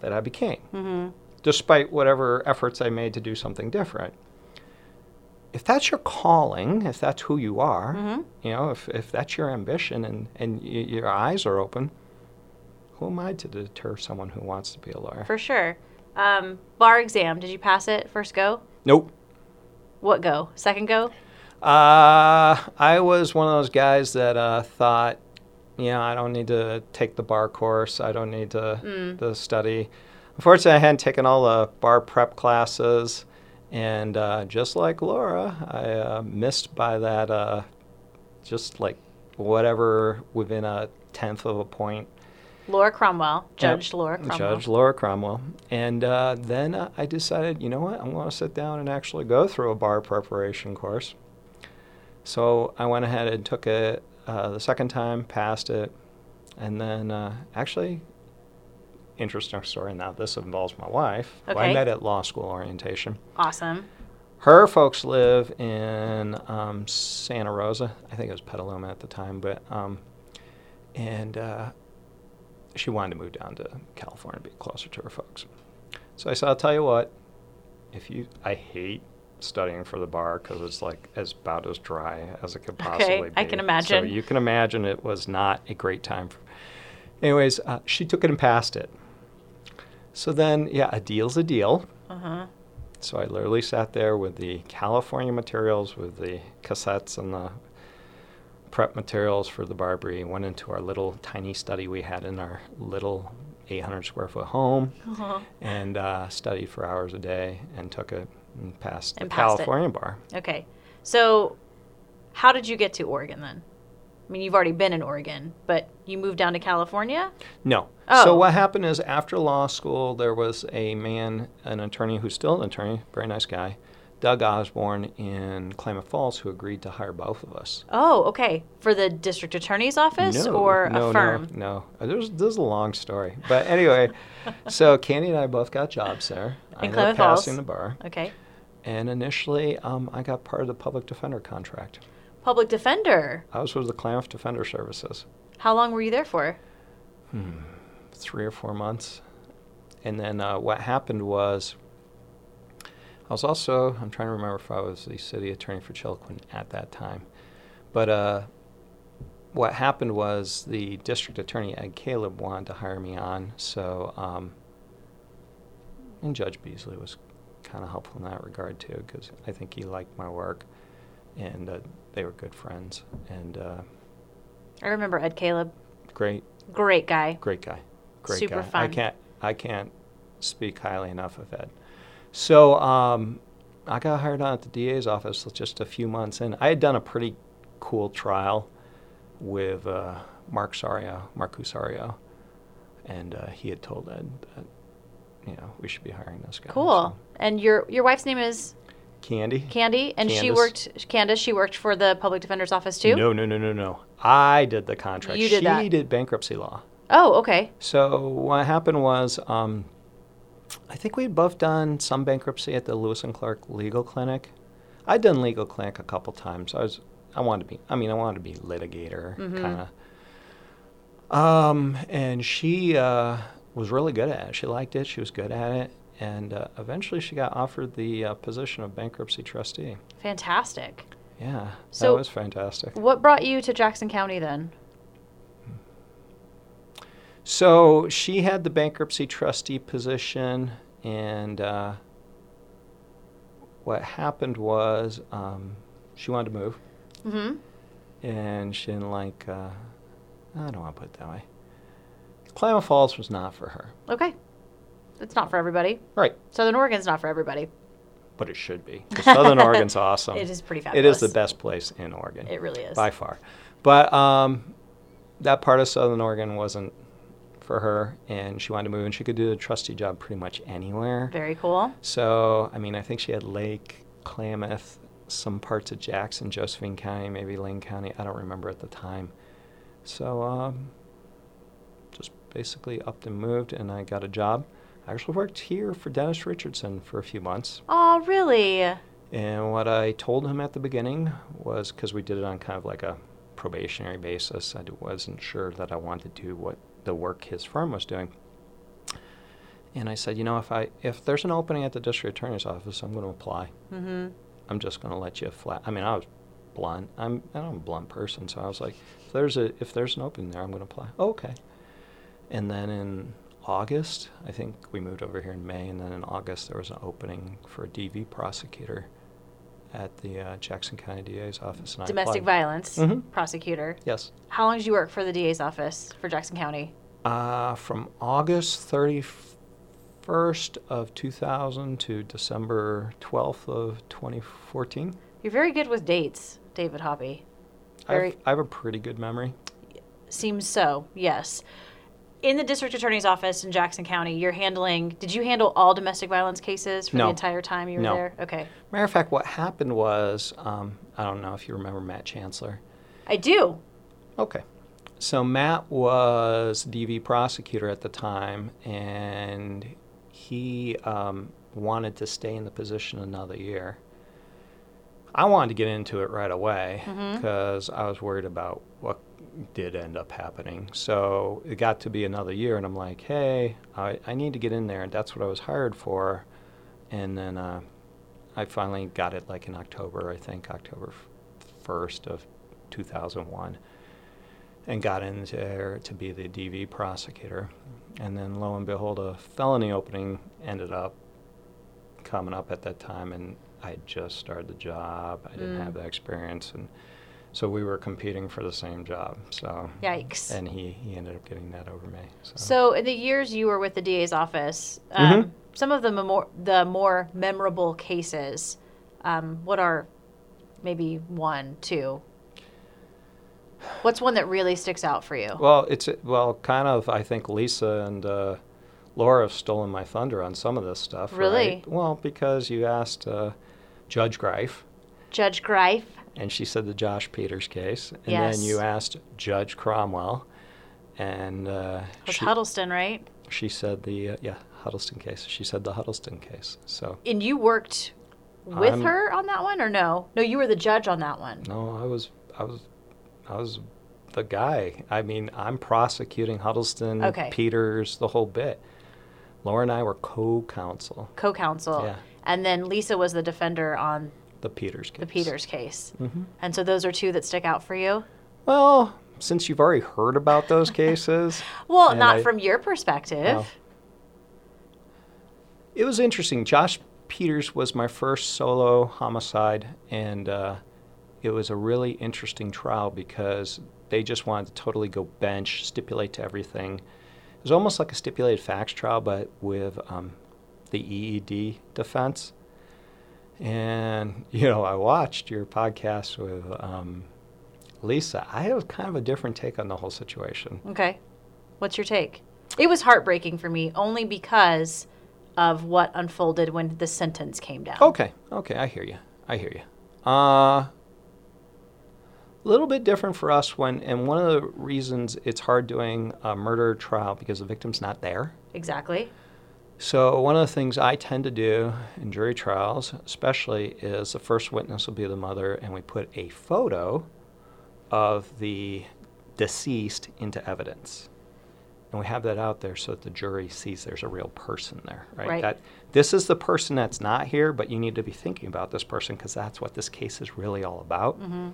Speaker 2: that i became
Speaker 1: Mm-hmm.
Speaker 2: despite whatever efforts i made to do something different if that's your calling if that's who you are
Speaker 1: Mhm.
Speaker 2: you know if, if that's your ambition and, and y- your eyes are open who am i to deter someone who wants to be a lawyer
Speaker 1: For sure. Um, bar exam. Did you pass it first go?
Speaker 2: nope
Speaker 1: What go? Second go?
Speaker 2: Uh, I was one of those guys that uh, thought, yeah, I don't need to take the bar course. I don't need to the study. Unfortunately, I hadn't taken all the bar prep classes, And uh, just like Laura, I uh, missed by that, uh, just like whatever within a tenth of a point.
Speaker 1: Laura Cromwell, Judge
Speaker 2: Yep.
Speaker 1: Laura Cromwell.
Speaker 2: Judge Laura Cromwell. And uh, then uh, I decided, you know what, I'm going to sit down and actually go through a bar preparation course. So I went ahead and took it uh, the second time, passed it, and then uh, actually, interesting story. Now this involves my wife, who I
Speaker 1: Okay.
Speaker 2: met at law school orientation.
Speaker 1: Awesome.
Speaker 2: Her folks live in um, Santa Rosa. I think it was Petaluma at the time, but um, and uh, she wanted to move down to California, be closer to her folks. So I said, I'll tell you what. If you, I hate studying for the bar because it's like as about as dry as it could
Speaker 1: Okay,
Speaker 2: possibly be.
Speaker 1: I can imagine.
Speaker 2: So you can imagine it was not a great time. For, anyways, uh, she took it and passed it. So then, yeah, a deal's a deal.
Speaker 1: Uh huh.
Speaker 2: So I literally sat there with the California materials, with the cassettes and the prep materials for the Barbary. Went into our little tiny study we had in our little 800 square foot home
Speaker 1: Uh-huh.
Speaker 2: and uh, studied for hours a day and took it and passed
Speaker 1: And
Speaker 2: the
Speaker 1: passed it.
Speaker 2: California bar.
Speaker 1: Okay. So, how did you get to Oregon then? I mean, you've already been in Oregon, but you moved down to California?
Speaker 2: No.
Speaker 1: Oh.
Speaker 2: So what happened is after law school, there was a man, an attorney who's still an attorney, very nice guy, Doug Osborne in Klamath Falls, who agreed to hire both of us.
Speaker 1: Oh, okay. For the district attorney's office
Speaker 2: No,
Speaker 1: or
Speaker 2: no,
Speaker 1: a firm?
Speaker 2: No, no. Uh, There's, there's a long story.
Speaker 1: (laughs)
Speaker 2: But anyway, so Candy and I both got jobs there. I
Speaker 1: In
Speaker 2: ended
Speaker 1: Klamath
Speaker 2: up
Speaker 1: Falls.
Speaker 2: passing the bar.
Speaker 1: Okay.
Speaker 2: And initially, um, I got part of the public defender contract.
Speaker 1: Public defender.
Speaker 2: I was with the Klamath Defender Services
Speaker 1: How long were you there for?
Speaker 2: three or four months. And then uh, what happened was, I was also, I'm trying to remember if I was the city attorney for Chiloquin at that time. But uh, what happened was the district attorney, Ed Caleb, wanted to hire me on. So, um, and Judge Beasley was kind of helpful in that regard too, because I think he liked my work and uh, they were good friends and uh,
Speaker 1: I remember Ed Caleb.
Speaker 2: great
Speaker 1: Great guy.
Speaker 2: Great guy. Great
Speaker 1: Super
Speaker 2: guy. I
Speaker 1: fun.
Speaker 2: can't I can't speak highly enough of Ed. So um, I got hired on at the DA's office just a few months in. I had done a pretty cool trial with uh, Mark Sario, Mark Cusario, and uh, he had told Ed that you know we should be hiring this guy.
Speaker 1: Cool.
Speaker 2: So,
Speaker 1: And your your wife's name is
Speaker 2: Candy.
Speaker 1: Candy, and she
Speaker 2: Candace.
Speaker 1: worked Candace. She worked for the public defender's office too.
Speaker 2: No, no, no, no, no. I did the contract.
Speaker 1: You did
Speaker 2: she
Speaker 1: that.
Speaker 2: did bankruptcy law.
Speaker 1: Oh, okay.
Speaker 2: So what happened was, um, I think we'd both done some bankruptcy at the Lewis and Clark Legal Clinic. I'd done legal clinic a couple times. I was, I wanted to be, I mean, I wanted to be litigator
Speaker 1: Mhm.
Speaker 2: kind of. Um, and she uh, was really good at it. She liked it. She was good at it. And uh, eventually, she got offered the uh, position of bankruptcy trustee.
Speaker 1: Fantastic.
Speaker 2: Yeah,
Speaker 1: So-
Speaker 2: that was fantastic.
Speaker 1: What brought you to Jackson County then?
Speaker 2: So she had the bankruptcy trustee position, and uh, what happened was um, she wanted to move,
Speaker 1: Mm-hmm.
Speaker 2: and she didn't like. Uh, I don't want to put it that way. Klamath Falls was not for her,
Speaker 1: Okay. It's not for everybody.
Speaker 2: right?
Speaker 1: Southern Oregon's not for everybody.
Speaker 2: But it should be. 'cause Southern
Speaker 1: (laughs)
Speaker 2: Oregon's awesome.
Speaker 1: It is pretty
Speaker 2: It is
Speaker 1: fabulous.
Speaker 2: the best place in Oregon.
Speaker 1: It really is.
Speaker 2: by far. But um, that part of Southern Oregon wasn't for her, and she wanted to move, and she could do the trustee job pretty much anywhere.
Speaker 1: Very cool.
Speaker 2: So, I mean, I think she had Lake, Klamath, some parts of Jackson, Josephine County, maybe Lane County. I don't remember at the time. So, um, just basically upped and moved, and I got a job. I actually worked here for Dennis Richardson for a few months.
Speaker 1: Oh, really?
Speaker 2: And what I told him at the beginning was because we did it on kind of like a probationary basis, I d- wasn't sure that I wanted to do what the work his firm was doing. And I said, you know, if I if there's an opening at the district attorney's office, I'm going to apply.
Speaker 1: Mm-hmm.
Speaker 2: I'm just going to let you flat. I mean, I was blunt. I'm I'm a blunt person, so I was like, if there's a if there's an opening there, I'm going to apply. okay. And then in August, I think we moved over here in May, and then in August there was an opening for a DV prosecutor at the uh, Jackson County DA's office. And
Speaker 1: Domestic
Speaker 2: I applied.
Speaker 1: violence
Speaker 2: Mhm.
Speaker 1: prosecutor.
Speaker 2: Yes.
Speaker 1: How long did you work for the DA's office for Jackson County?
Speaker 2: Uh, from August 31st 1st of 2000 to December 12th of 2014.
Speaker 1: You're very good with dates, David Hoppy.
Speaker 2: I've,
Speaker 1: Very-
Speaker 2: I have a pretty good memory.
Speaker 1: Seems so, yes. In the district attorney's office in Jackson County, you're handling, did you handle all domestic violence cases for
Speaker 2: No.
Speaker 1: the entire time you were
Speaker 2: No.
Speaker 1: there? Okay.
Speaker 2: Matter of fact, what happened was um, I don't know if you remember Matt Chancellor.
Speaker 1: I do.
Speaker 2: Okay. So Matt was DV prosecutor at the time, and he um, wanted to stay in the position another year. I wanted to get into it right away because I was worried about what did end up happening. So it got to be another year, and I'm like, hey, I, I need to get in there. That's what I was hired for. And then uh, I finally got it like in October, I think, October f- 1st of 2001 and got in there to be the DV prosecutor. And then lo and behold, a felony opening ended up coming up at that time, and I had just started the job. I didn't
Speaker 1: Mm.
Speaker 2: have the experience, and so we were competing for the same job. So
Speaker 1: Yikes.
Speaker 2: And he, he ended up getting that over me. So,
Speaker 1: So, in the years you were with the DA's office, um,
Speaker 2: Mhm.
Speaker 1: some of the, memor- the more memorable cases, um, what are maybe one, two? What's one that really sticks out for you?
Speaker 2: well, it's well, kind of. I think Lisa and uh, Laura have stolen my thunder on some of this stuff. right?
Speaker 1: Really?
Speaker 2: Well, because you asked uh, Judge Greif.
Speaker 1: Judge Greif.
Speaker 2: and she said the Josh Peters case, and
Speaker 1: Yes.
Speaker 2: then you asked Judge Cromwell, and uh,
Speaker 1: Was
Speaker 2: she,
Speaker 1: Huddleston, right?
Speaker 2: she said the uh, yeah Huddleston case. She said the Huddleston case. So
Speaker 1: And you worked with
Speaker 2: I'm-
Speaker 1: her on that one, or no? No, you were the judge on that one.
Speaker 2: no, I was I was I was the guy. I mean, I'm prosecuting Huddleston,
Speaker 1: Okay.
Speaker 2: Peters, the whole bit. Laura and I were co-counsel
Speaker 1: Co-counsel.
Speaker 2: Yeah.
Speaker 1: And then Lisa was the defender on
Speaker 2: the Peters case.
Speaker 1: the Peters case.
Speaker 2: hmm
Speaker 1: And so those are two that stick out for you.
Speaker 2: Well, since you've already heard about
Speaker 1: (laughs)
Speaker 2: those cases.
Speaker 1: Well,
Speaker 2: And
Speaker 1: not
Speaker 2: I-
Speaker 1: from your perspective.
Speaker 2: No. It was interesting. Josh Peters was my first solo homicide, and uh, it was a really interesting trial because they just wanted to totally go bench, stipulate to everything. It was almost like a stipulated facts trial, but with um, the EED defense. And, (laughs) you know, I watched your podcast with um, Lisa. I have kind of a different take on the whole situation.
Speaker 1: Okay. What's your take? It was heartbreaking for me only because of what unfolded when the sentence came down.
Speaker 2: Okay, okay, I hear you. I hear you. Uh, little bit different for us when, and one of the reasons it's hard doing a murder trial because the victim's not there.
Speaker 1: Exactly.
Speaker 2: So one of the things I tend to do in jury trials, especially, is the first witness will be the mother, and we put a photo of the deceased into evidence. And we have that out there so that the jury sees there's a real person there, right?
Speaker 1: Right.
Speaker 2: That this is the person that's not here, but you need to be thinking about this person because that's what this case is really all about.
Speaker 1: hmm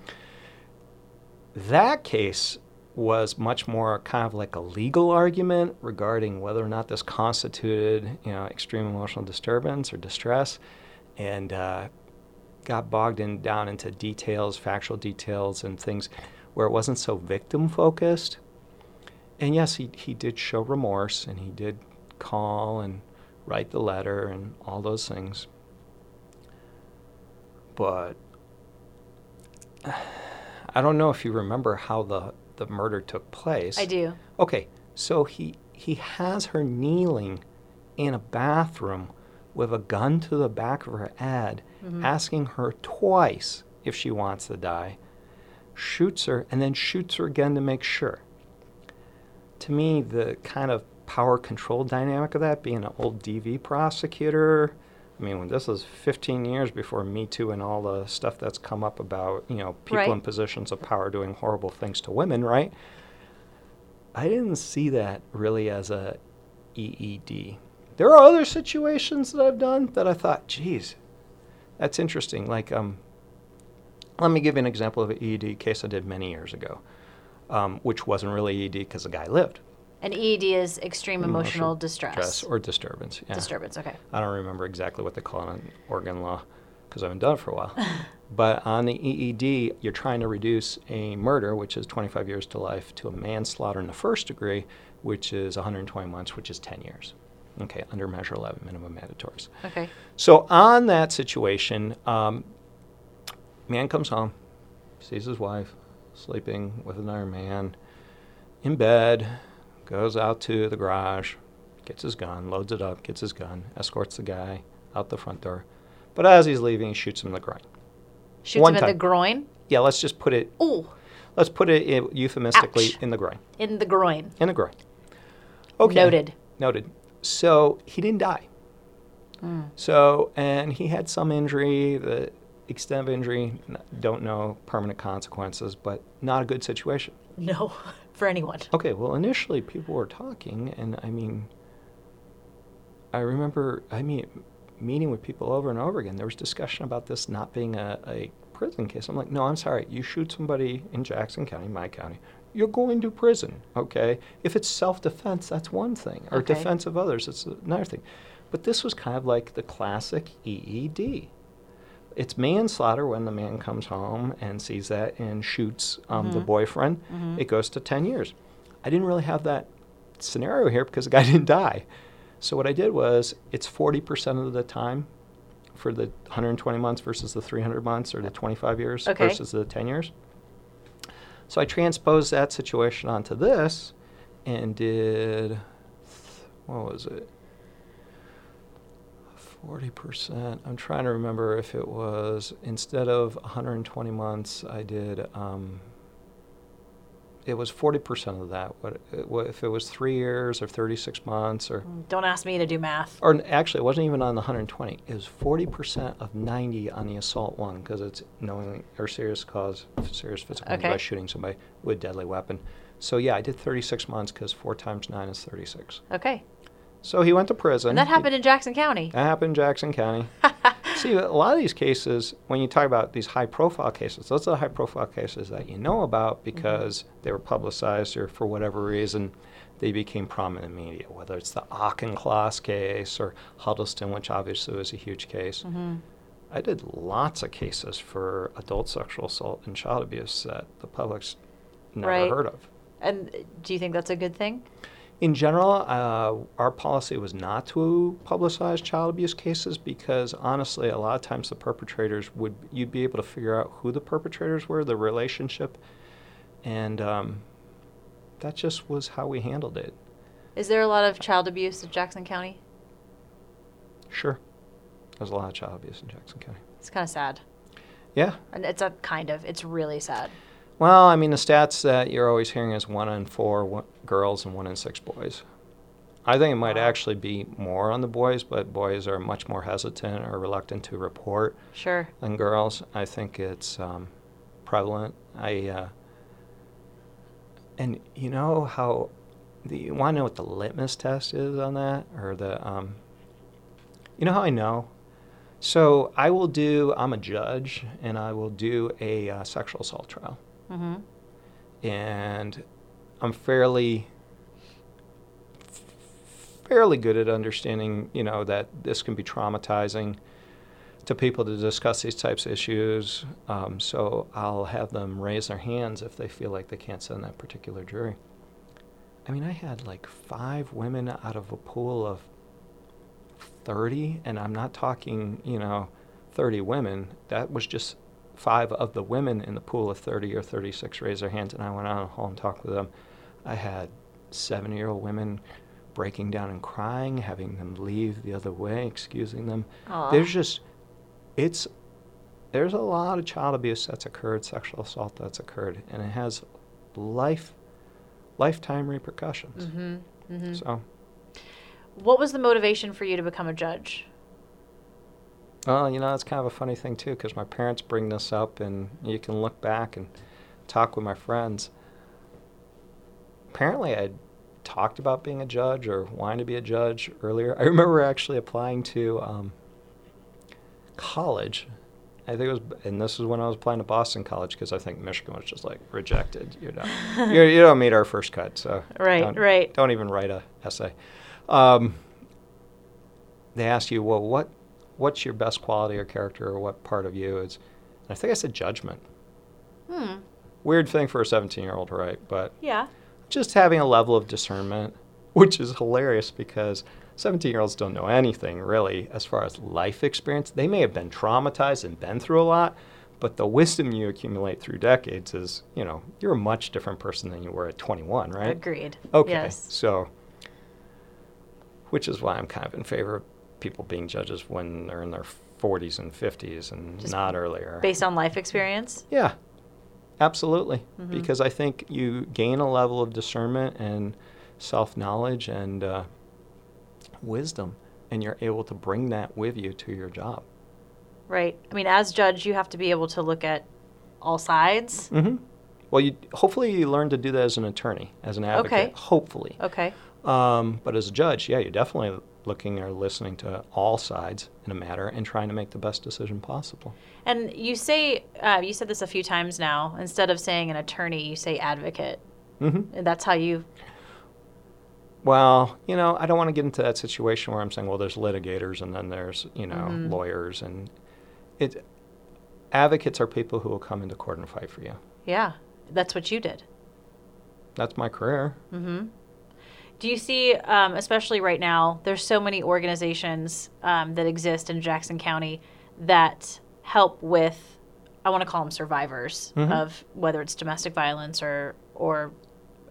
Speaker 2: That case was much more kind of like a legal argument regarding whether or not this constituted, you know, extreme emotional disturbance or distress, and uh, got bogged in down into details, factual details, and things where it wasn't so victim focused. And yes, he he did show remorse, and he did call and write the letter and all those things, but (sighs) I don't know if you remember how the, the murder took place.
Speaker 1: I do.
Speaker 2: Okay, so he he has her kneeling in a bathroom with a gun to the back of her head,
Speaker 1: Mhm.
Speaker 2: asking her twice if she wants to die, shoots her, and then shoots her again to make sure. To me, the kind of power control dynamic of that, being an old DV prosecutor, I mean, when this was 15 years before Me Too and all the stuff that's come up about, you know, people
Speaker 1: Right.
Speaker 2: in positions of power doing horrible things to women, right? I didn't see that really as a EED. There are other situations that I've done that I thought, geez, that's interesting. Like, um, let me give you an example of an EED case I did many years ago, um, which wasn't really EED because the guy lived.
Speaker 1: And EED is extreme emotional distress.
Speaker 2: or disturbance. Yeah.
Speaker 1: Disturbance, okay.
Speaker 2: I don't remember exactly what they call it in Oregon law because I haven't done it for a
Speaker 1: (laughs)
Speaker 2: while. but on the EED, you're trying to reduce a murder, which is 25 years to life, to a manslaughter in the first degree, which is 120 months, which is 10 years. Okay, under Measure 11, minimum mandatories.
Speaker 1: (laughs) Okay.
Speaker 2: So on that situation, um, man comes home, sees his wife sleeping with another man in bed, goes out to the garage, gets his gun, loads it up, gets his gun, escorts the guy out the front door. But as he's leaving, he shoots him in the groin.
Speaker 1: Shoots
Speaker 2: One
Speaker 1: him in the
Speaker 2: time.
Speaker 1: groin.
Speaker 2: Yeah, let's just put it.
Speaker 1: Ooh,
Speaker 2: Let's put it i- euphemistically
Speaker 1: Ouch.
Speaker 2: in the groin.
Speaker 1: in the groin.
Speaker 2: In the groin. Okay.
Speaker 1: Noted.
Speaker 2: Noted. So he didn't die.
Speaker 1: Mm.
Speaker 2: So, and he had some injury, the extent of injury, n- don't know permanent consequences, but not a good situation.
Speaker 1: No, (laughs) for anyone.
Speaker 2: Okay, well, initially people were talking, and I mean, I remember, I mean, meeting with people over and over again. There was discussion about this not being a, a prison case. I'm like, no, I'm sorry. You shoot somebody in Jackson County, my county, you're going to prison, okay? If it's self defense, that's one thing, or
Speaker 1: Okay.
Speaker 2: defense of others, it's another thing. But this was kind of like the classic E EED. It's manslaughter when the man comes home and sees that and shoots um, the
Speaker 1: Mhm.
Speaker 2: boyfriend.
Speaker 1: Mhm.
Speaker 2: It goes to 10 years. I didn't really have that scenario here because the guy (laughs) didn't die. So what I did was it's 40% of the time for the 120 months versus the 300 months or the 25 years
Speaker 1: Okay.
Speaker 2: versus the 10 years. So I transposed that situation onto this and did what was it? 40%. I'm trying to remember if it was instead of 120 months, I did um, it was 40% of that. What it, wa- if it was 3 years or 36 months or
Speaker 1: Mm, Don't ask me to do math.
Speaker 2: or n- actually, it wasn't even on the 120. It was 40% of 90 on the assault one because it's knowingly or serious cause, f- serious physical injury by
Speaker 1: Okay.
Speaker 2: shooting somebody with a deadly weapon. So yeah, I did 36 months because four times nine is 36.
Speaker 1: Okay.
Speaker 2: So he went to prison.
Speaker 1: And that
Speaker 2: He-
Speaker 1: happened in Jackson County.
Speaker 2: That happened in Jackson County. See, a lot of these cases, when you talk about these high profile cases, those are the high profile cases that you know about because they were publicized or for whatever reason they became prominent in the media, whether it's the Auchincloss case or Huddleston, which obviously was a huge case.
Speaker 1: hmm
Speaker 2: I did lots of cases for adult sexual assault and child abuse that the public's never
Speaker 1: Right.
Speaker 2: heard of.
Speaker 1: And uh, do you think that's a good thing?
Speaker 2: In general, uh, our policy was not to publicize child abuse cases because honestly, a lot of times the perpetrators would, you'd be able to figure out who the perpetrators were, the relationship, and um, that just was how we handled it.
Speaker 1: Is there a lot of child abuse in Jackson County?
Speaker 2: Sure. There's a lot of child abuse in Jackson County.
Speaker 1: It's kind of sad.
Speaker 2: Yeah.
Speaker 1: And it's a kind of, it's really sad.
Speaker 2: Well, I mean, the stats that you're always hearing is one in four wo- girls and one in six boys. I think it might
Speaker 1: Wow.
Speaker 2: actually be more on the boys, but boys are much more hesitant or reluctant to report.
Speaker 1: Sure.
Speaker 2: than girls. I think it's um, prevalent. I uh, and you know how the, you want to know what the litmus test is on that, or the um, you know how I know. So I will do. I'm a judge, and I will do a uh, sexual assault trial,
Speaker 1: Mm-hmm.
Speaker 2: and I'm fairly fairly good at understanding, you know, that this can be traumatizing to people to discuss these types of issues. Um, so I'll have them raise their hands if they feel like they can't send that particular jury. I mean, I had like five women out of a pool of 30, and I'm not talking, you know, 30 women. That was just five of the women in the pool of 30 or 36 raise their hands, and I went out and hall and talked with them. I had seven year old women breaking down and crying, having them leave the other way, excusing them.
Speaker 1: Aw.
Speaker 2: There's just, it's, there's a lot of child abuse that's occurred, sexual assault that's occurred, and it has life, lifetime repercussions.
Speaker 1: Mm-hmm. Mm-hmm.
Speaker 2: So,
Speaker 1: What was the motivation for you to become a judge?
Speaker 2: well, Oh, you know, it's kind of a funny thing too, because my parents bring this up, and you can look back and talk with my friends. Apparently, I talked about being a judge or wanting to be a judge earlier. I remember actually applying to um, college. I think it was, and this is when I was applying to Boston College because I think Michigan was just like rejected. You're not, you're, you don't meet our first cut, so
Speaker 1: Right,
Speaker 2: don't-
Speaker 1: right.
Speaker 2: Don't even write a essay. Um, they ask you, well, what, what's your best quality or character, or what part of you is? And I think I said judgment.
Speaker 1: Hmm.
Speaker 2: Weird thing for a 17 year old, right? But
Speaker 1: Yeah.
Speaker 2: just having a level of discernment. which is hilarious because 17 year olds don't know anything really as far as life experience. They may have been traumatized and been through a lot, but the wisdom you accumulate through decades is, you know, you're a much different person than you were at 21, right?
Speaker 1: Agreed.
Speaker 2: Okay.
Speaker 1: Yes.
Speaker 2: So, which is why I'm kind of in favor of people being judges when they're in their 40s and 50s and
Speaker 1: Just
Speaker 2: not earlier.
Speaker 1: Based on life experience.
Speaker 2: Yeah, absolutely.
Speaker 1: Mhm.
Speaker 2: Because I think you gain a level of discernment and self knowledge and uh, wisdom, and you're able to bring that with you to your job.
Speaker 1: Right. I mean, as judge, you have to be able to look at all sides.
Speaker 2: Mm-hmm. Well, you hopefully you learn to do that as an attorney, as an advocate.
Speaker 1: Okay.
Speaker 2: Hopefully.
Speaker 1: Okay.
Speaker 2: Um, but as a judge, yeah, you're definitely looking or listening to all sides in a matter and trying to make the best decision possible.
Speaker 1: And you say uh, you said this a few times now. Instead of saying an attorney, you say advocate,
Speaker 2: Mm-hmm.
Speaker 1: and that's how you.
Speaker 2: Well, you know, I don't want to get into that situation where I'm saying, well, there's litigators and then there's, you know,
Speaker 1: Mhm.
Speaker 2: lawyers and it advocates are people who will come into court and fight for you.
Speaker 1: Yeah, that's what you did.
Speaker 2: That's my career.
Speaker 1: Mm-hmm. Do you see, um, especially right now, there's so many organizations um, that exist in Jackson County that help with, I want to call them survivors
Speaker 2: Mhm.
Speaker 1: of whether it's domestic violence or or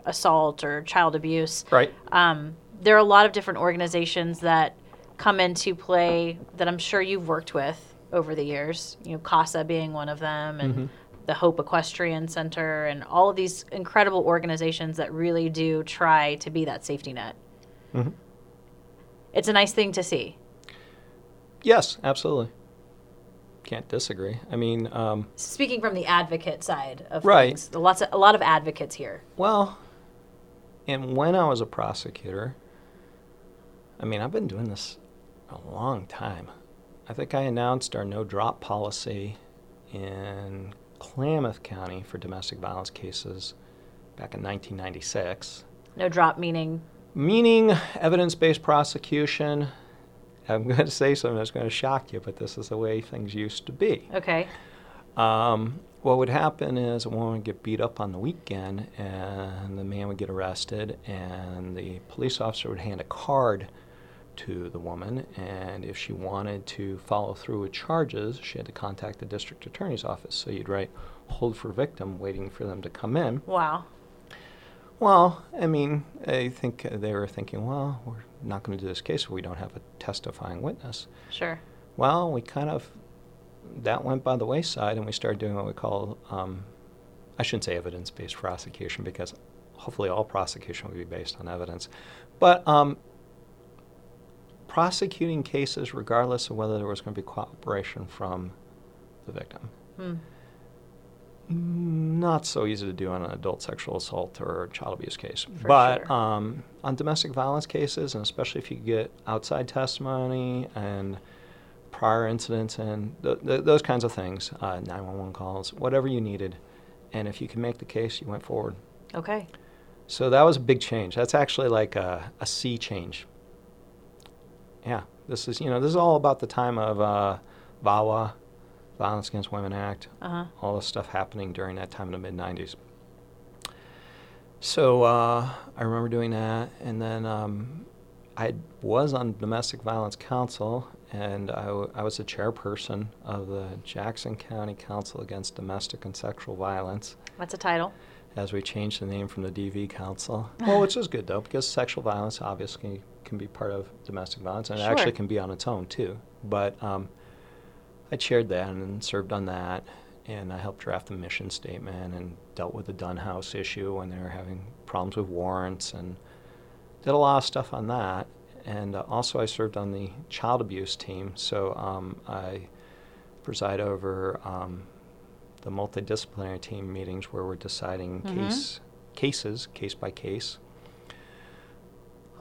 Speaker 1: assault or child abuse.
Speaker 2: Right.
Speaker 1: Um, there are a lot of different organizations that come into play that I'm sure you've worked with over the years. You know, CASA being one of them, and
Speaker 2: Mhm.
Speaker 1: the Hope Equestrian Center, and all of these incredible organizations that really do try to be that safety net.
Speaker 2: hmm
Speaker 1: It's a nice thing to see.
Speaker 2: Yes, absolutely. Can't disagree. I mean, um,
Speaker 1: Speaking from the advocate side of
Speaker 2: Right.
Speaker 1: things, lots of, a lot of advocates here.
Speaker 2: Well, and when I was a prosecutor, I mean, I've been doing this a long time. I think I announced our no drop policy in Klamath County for domestic violence cases back in 1996,
Speaker 1: No drop meaning
Speaker 2: meaning evidence based prosecution. I'm going to say something that's going to shock you, but this is the way things used to be.
Speaker 1: okay,
Speaker 2: Um, what would happen is a woman would get beat up on the weekend, and the man would get arrested, and the police officer would hand a card to the woman. And if she wanted to follow through with charges, she had to contact the district attorney's office. So you'd write "hold for victim," waiting for them to come in.
Speaker 1: wow,
Speaker 2: Well, I mean, I think they were thinking, well, we're not going to do this case if we don't have a testifying witness.
Speaker 1: sure,
Speaker 2: Well, we kind of that went by the wayside, and we started doing what we call um, I shouldn't say evidence-based prosecution because hopefully all prosecution will be based on evidence, but um, prosecuting cases regardless of whether there was going to be cooperation from the victim.
Speaker 1: hmm.
Speaker 2: Mm, Not so easy to do on an adult sexual assault or child abuse case,
Speaker 1: For
Speaker 2: but
Speaker 1: sure.
Speaker 2: um, on domestic violence cases, and especially if you get outside testimony and prior incidents and th- th- those kinds of things, uh, 911 calls, whatever you needed, and if you can make the case, you went forward.
Speaker 1: okay,
Speaker 2: So that was a big change. That's actually like a, a sea change. Yeah, this is you know this is all about the time of uh, VAWA, Violence Against Women Act,
Speaker 1: uh huh,
Speaker 2: all this stuff happening during that time in the mid 90s. So uh, I remember doing that, and then um, I was on domestic violence council, and I, w- I was the chairperson of the Jackson County Council Against Domestic and Sexual Violence,
Speaker 1: that's a title.
Speaker 2: as we changed the name from the DV Council. Well, which is good though, because sexual violence obviously can be part of domestic violence, and it
Speaker 1: Sure.
Speaker 2: actually can be on its own too. But um, I chaired that and served on that, and I helped draft the mission statement and dealt with the Dunn House issue when they were having problems with warrants and did a lot of stuff on that. And uh, also, I served on the child abuse team, so um, I preside over um, the multidisciplinary team meetings where we're deciding
Speaker 1: Mhm.
Speaker 2: case cases, case by case,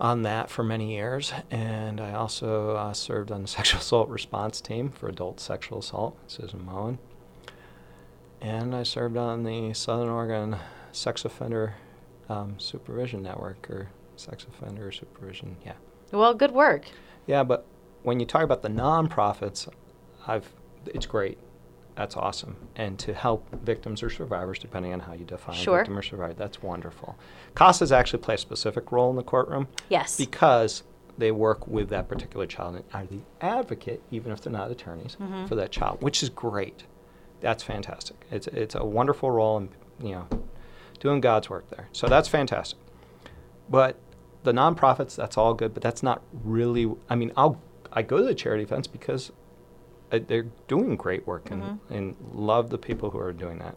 Speaker 2: on that for many years, and I also uh, served on the (laughs) sexual assault response team for adult sexual assault, Susan Mullen. And I served on the Southern Oregon Sex Offender um, Supervision Network, or Sex Offender Supervision, yeah.
Speaker 1: Well, good work.
Speaker 2: Yeah, but when you talk about the nonprofits, I've it's great. that's awesome. And to help victims or survivors, depending on how you define
Speaker 1: Sure.
Speaker 2: victim or survivor, that's wonderful. CASAs actually play a specific role in the courtroom
Speaker 1: Yes.
Speaker 2: because they work with that particular child and are the advocate, even if they're not attorneys, for that child, which is great. That's fantastic. It's it's a wonderful role, and you know, doing God's work there. So that's fantastic. But the nonprofits, that's all good, but that's not really. I mean, I'll I go to the charity events because uh, they're doing great work and and love the people who are doing that.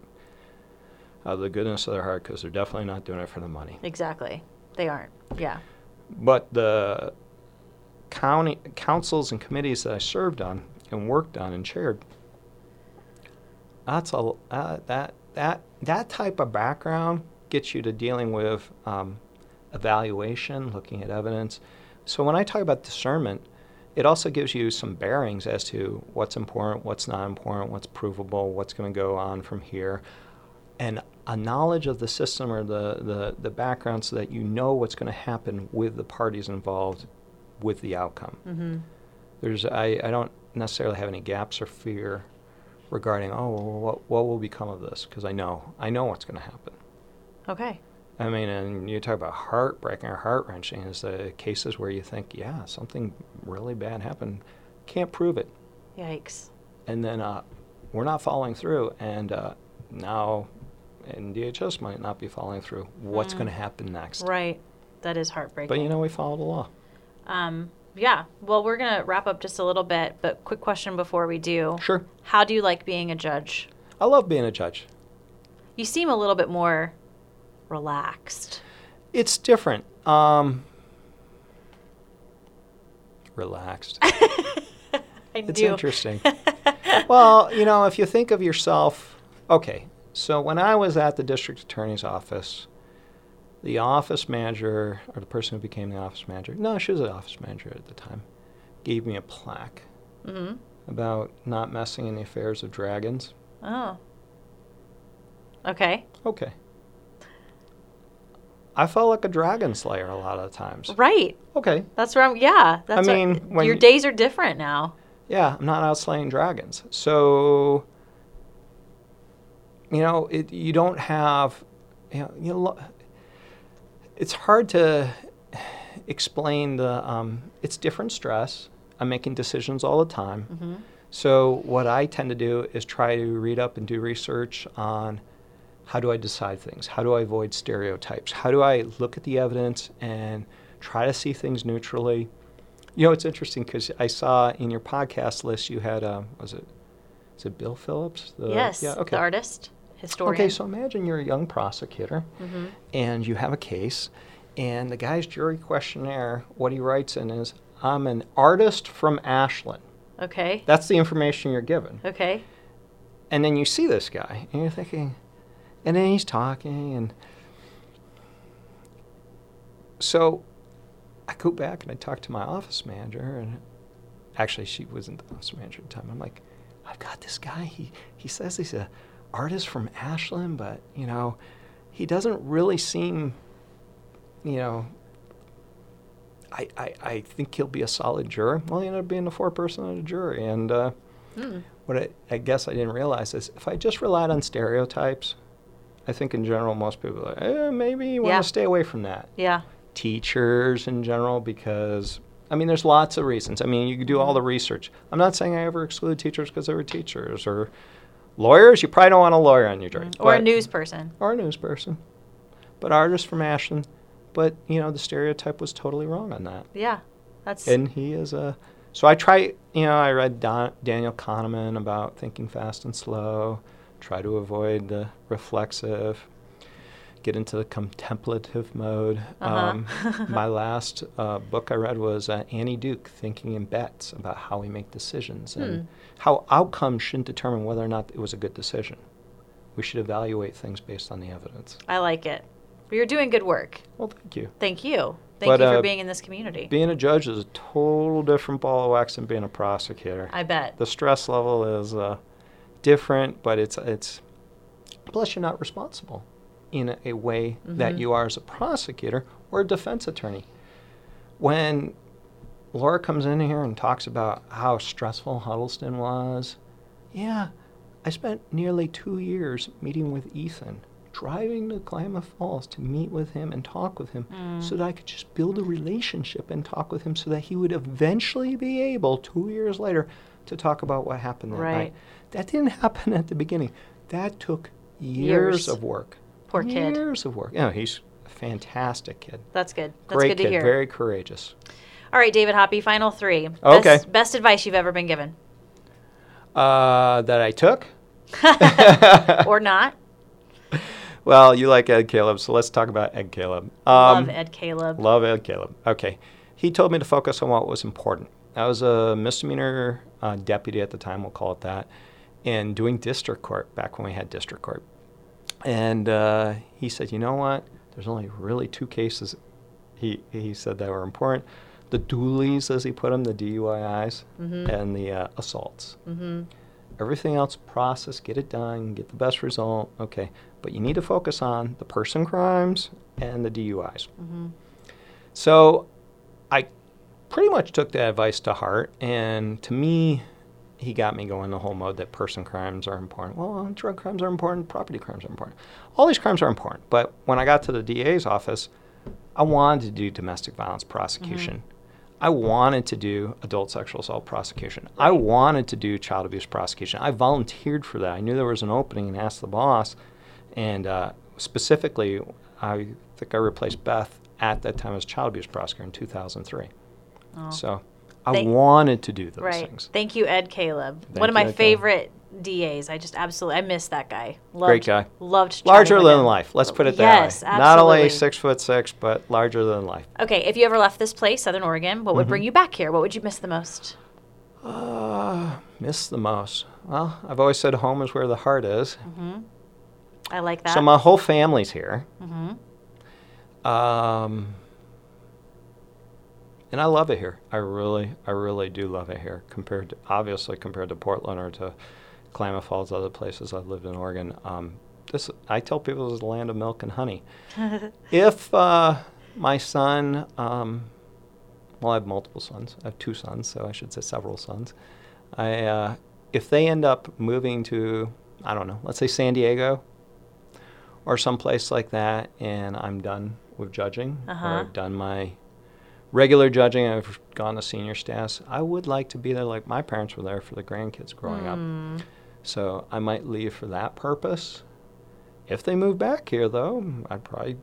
Speaker 2: Out of the goodness of their heart, because they're definitely not doing it for the money.
Speaker 1: exactly. They aren't. Yeah.
Speaker 2: But the county councils and committees that I served on and worked on and chaired, that's a uh, that that that type of background gets you to dealing with um, evaluation, looking at evidence. So when I talk about discernment, it also gives you some bearings as to what's important, what's not important, what's provable, what's going to go on from here and a knowledge of the system or the, the, the background so that you know what's going to happen with the parties involved with the outcome.
Speaker 1: Mm-hmm.
Speaker 2: There's, I, I don't necessarily have any gaps or fear regarding, oh, well, what, what will become of this? Because I know, I know what's going to happen.
Speaker 1: Okay.
Speaker 2: I mean, and you talk about heartbreaking or heart wrenching is the cases where you think, yeah, something really bad happened. Can't prove it
Speaker 1: Yikes.
Speaker 2: and then uh, we're not following through, and uh, now, and DHS might not be following through. What's
Speaker 1: Mm.
Speaker 2: going to happen next?
Speaker 1: Right. That is heartbreaking.
Speaker 2: But you know, we follow the law.
Speaker 1: Um, yeah. Well, we're gonna wrap up just a little bit, but quick question before we do.
Speaker 2: Sure,
Speaker 1: How do you like being a judge?
Speaker 2: I love being a judge.
Speaker 1: You seem a little bit more relaxed. (laughs)
Speaker 2: It's different. Um, relaxed.
Speaker 1: (laughs) I
Speaker 2: It's
Speaker 1: do. (laughs)
Speaker 2: interesting. well, you know, if you think of yourself, okay, so when I was at the district attorney's office, the office manager, or the person who became the office manager, no, she was the office manager at the time, gave me a plaque
Speaker 1: hmm
Speaker 2: about not messing in the affairs of dragons.
Speaker 1: Oh. Okay.
Speaker 2: Okay. I felt like a dragon slayer a lot of the times.
Speaker 1: Right.
Speaker 2: Okay.
Speaker 1: That's where I'm. Yeah. That's what-
Speaker 2: mean, when
Speaker 1: your
Speaker 2: you-
Speaker 1: days are different now.
Speaker 2: Yeah, I'm not out slaying dragons. So, you know, it, you don't have, you know, you lo- it's hard to explain the, um, it's different stress. I'm making decisions all the time.
Speaker 1: hmm
Speaker 2: So what I tend to do is try to read up and do research on how do I decide things? How do I avoid stereotypes? How do I look at the evidence and try to see things neutrally? You know, it's interesting because I saw in your podcast list you had um, was it is it Bill Phillips? The,
Speaker 1: yes.
Speaker 2: Yeah. Okay.
Speaker 1: The artist, historian.
Speaker 2: Okay. So imagine you're a young prosecutor
Speaker 1: hmm
Speaker 2: and you have a case, and the guy's jury questionnaire, what he writes in is, "I'm an artist from Ashland."
Speaker 1: Okay.
Speaker 2: That's the information you're given.
Speaker 1: Okay.
Speaker 2: And then you see this guy, and you're thinking, and then he's talking, and so I go back and I talk to my office manager, and actually she wasn't the office manager at the time. I'm like, I've got this guy. He he says he's a artist from Ashland, but you know, he doesn't really seem, you know. I, I, I think he'll be a solid juror. Well, he ended up being a four person on a jury, and. Uh,
Speaker 1: Mm.
Speaker 2: what I, I guess I didn't realize is if I just relied on stereotypes, I think in general most people are like, eh, maybe you
Speaker 1: Yeah.
Speaker 2: want to stay away from that.
Speaker 1: Yeah.
Speaker 2: Teachers in general, because I mean, there's lots of reasons. I mean, you can do
Speaker 1: Mm-hmm.
Speaker 2: all the research. I'm not saying I ever exclude teachers because they were teachers or lawyers. You probably don't want a lawyer on your jury
Speaker 1: Mm. Mm-hmm. Or a
Speaker 2: but-
Speaker 1: news person.
Speaker 2: or a news person, but artists from Ashland. But you know, the stereotype was totally wrong on that
Speaker 1: Yeah. That's.
Speaker 2: and he is a so i try you know i read Don, daniel kahneman about thinking fast and slow try to avoid the reflexive get into the contemplative mode Um,
Speaker 1: Uh-huh.
Speaker 2: my last uh, book i read was uh, annie duke thinking in bets about how we make decisions and
Speaker 1: Hmm.
Speaker 2: how outcomes shouldn't determine whether or not it was a good decision we should evaluate things based on the evidence
Speaker 1: I like it. You're doing good work.
Speaker 2: well thank you
Speaker 1: Thank you. Thank
Speaker 2: But,
Speaker 1: you for
Speaker 2: uh,
Speaker 1: being in this community.
Speaker 2: being a judge is a total different ball of wax than being a prosecutor
Speaker 1: I bet.
Speaker 2: the stress level is uh, different, but it's it's plus you're not responsible in a, a way that
Speaker 1: Mhm.
Speaker 2: you are as a prosecutor or a defense attorney. When Laura comes in here and talks about how stressful Huddleston was, yeah, I spent nearly two years meeting with Ethan, driving to Klamath Falls to meet with him and talk with him
Speaker 1: Mm.
Speaker 2: so that I could just build a relationship and talk with him so that he would eventually be able, two years later, to talk about what happened that
Speaker 1: Right.
Speaker 2: night. That didn't happen at the beginning. That took
Speaker 1: Years.
Speaker 2: years, of work.
Speaker 1: Poor kid.
Speaker 2: Years of work. Yeah, he's a fantastic kid.
Speaker 1: That's good. That's
Speaker 2: Great
Speaker 1: good to
Speaker 2: kid.
Speaker 1: hear.
Speaker 2: Very courageous.
Speaker 1: All right, David Hoppy, final three.
Speaker 2: Okay.
Speaker 1: Best, best advice you've ever been
Speaker 2: (laughs)
Speaker 1: given.
Speaker 2: Uh, that I took.
Speaker 1: (laughs) or not.
Speaker 2: (laughs) Well, you like Ed Caleb, so let's talk about Ed Caleb. Um,
Speaker 1: Love Ed Caleb.
Speaker 2: Love Ed Caleb. Okay. He told me to focus on what was important. I was a misdemeanor uh, deputy at the time, we'll call it that, and doing district court back when we had district court. And uh, he said, you know what? There's only really two cases he, he said that were important the dualies, as he put them, the DUIs,
Speaker 1: Mm-hmm.
Speaker 2: and the uh, assaults.
Speaker 1: hmm
Speaker 2: Everything else, process, get it done, get the best result. Okay. But you need to focus on the person crimes and the DUIs.
Speaker 1: hmm
Speaker 2: So I pretty much took that advice to heart. And to me, he got me going the whole mode that person crimes are important. Well, drug crimes are important, property crimes are important. All these crimes are important. But when I got to the DA's office, I wanted to do domestic violence prosecution. I wanted to do adult sexual assault prosecution. I wanted to do child abuse prosecution. I volunteered for that. I knew there was an opening and asked the boss. And uh, specifically, I think I replaced Beth at that time as child abuse prosecutor in 2003.
Speaker 1: Oh.
Speaker 2: So I
Speaker 1: Thank-
Speaker 2: wanted to do those
Speaker 1: right.
Speaker 2: things.
Speaker 1: Thank you, Ed Caleb.
Speaker 2: Thank
Speaker 1: One of
Speaker 2: you,
Speaker 1: my
Speaker 2: Ed Caleb.
Speaker 1: favorite DAs. I just absolutely I miss that guy. Loved,
Speaker 2: Great guy.
Speaker 1: Loved.
Speaker 2: Larger
Speaker 1: chatting with
Speaker 2: than
Speaker 1: him.
Speaker 2: life. Let's put it that
Speaker 1: yes,
Speaker 2: way. Not only
Speaker 1: absolutely.
Speaker 2: six foot six, but larger than life.
Speaker 1: Okay, if you ever left this place, Southern Oregon,
Speaker 2: Mm-hmm.
Speaker 1: what would bring you back here? What would you miss the most?
Speaker 2: Uh, miss the most. Well, I've always said home is where the heart is.
Speaker 1: Mm-hmm. I like that.
Speaker 2: So my whole family's here.
Speaker 1: (laughs) hmm
Speaker 2: Um, and I love it here. I really, I really do love it here. Compared, to, obviously, compared to Portland or to Klamath Falls, other places I've lived in Oregon. Um, this, I tell people, this is the land of milk and honey. if uh, my son, um, well, I have multiple sons. I have two sons, so I should say several sons. I, uh, if they end up moving to, I don't know, let's say San Diego, or someplace like that, and I'm done with judging, or
Speaker 1: Uh-huh.
Speaker 2: I've done my regular judging, I've gone to senior status. I would like to be there like my parents were there for the grandkids growing up.
Speaker 1: Mm.
Speaker 2: So I might leave for that purpose. If they move back here, though, I'd probably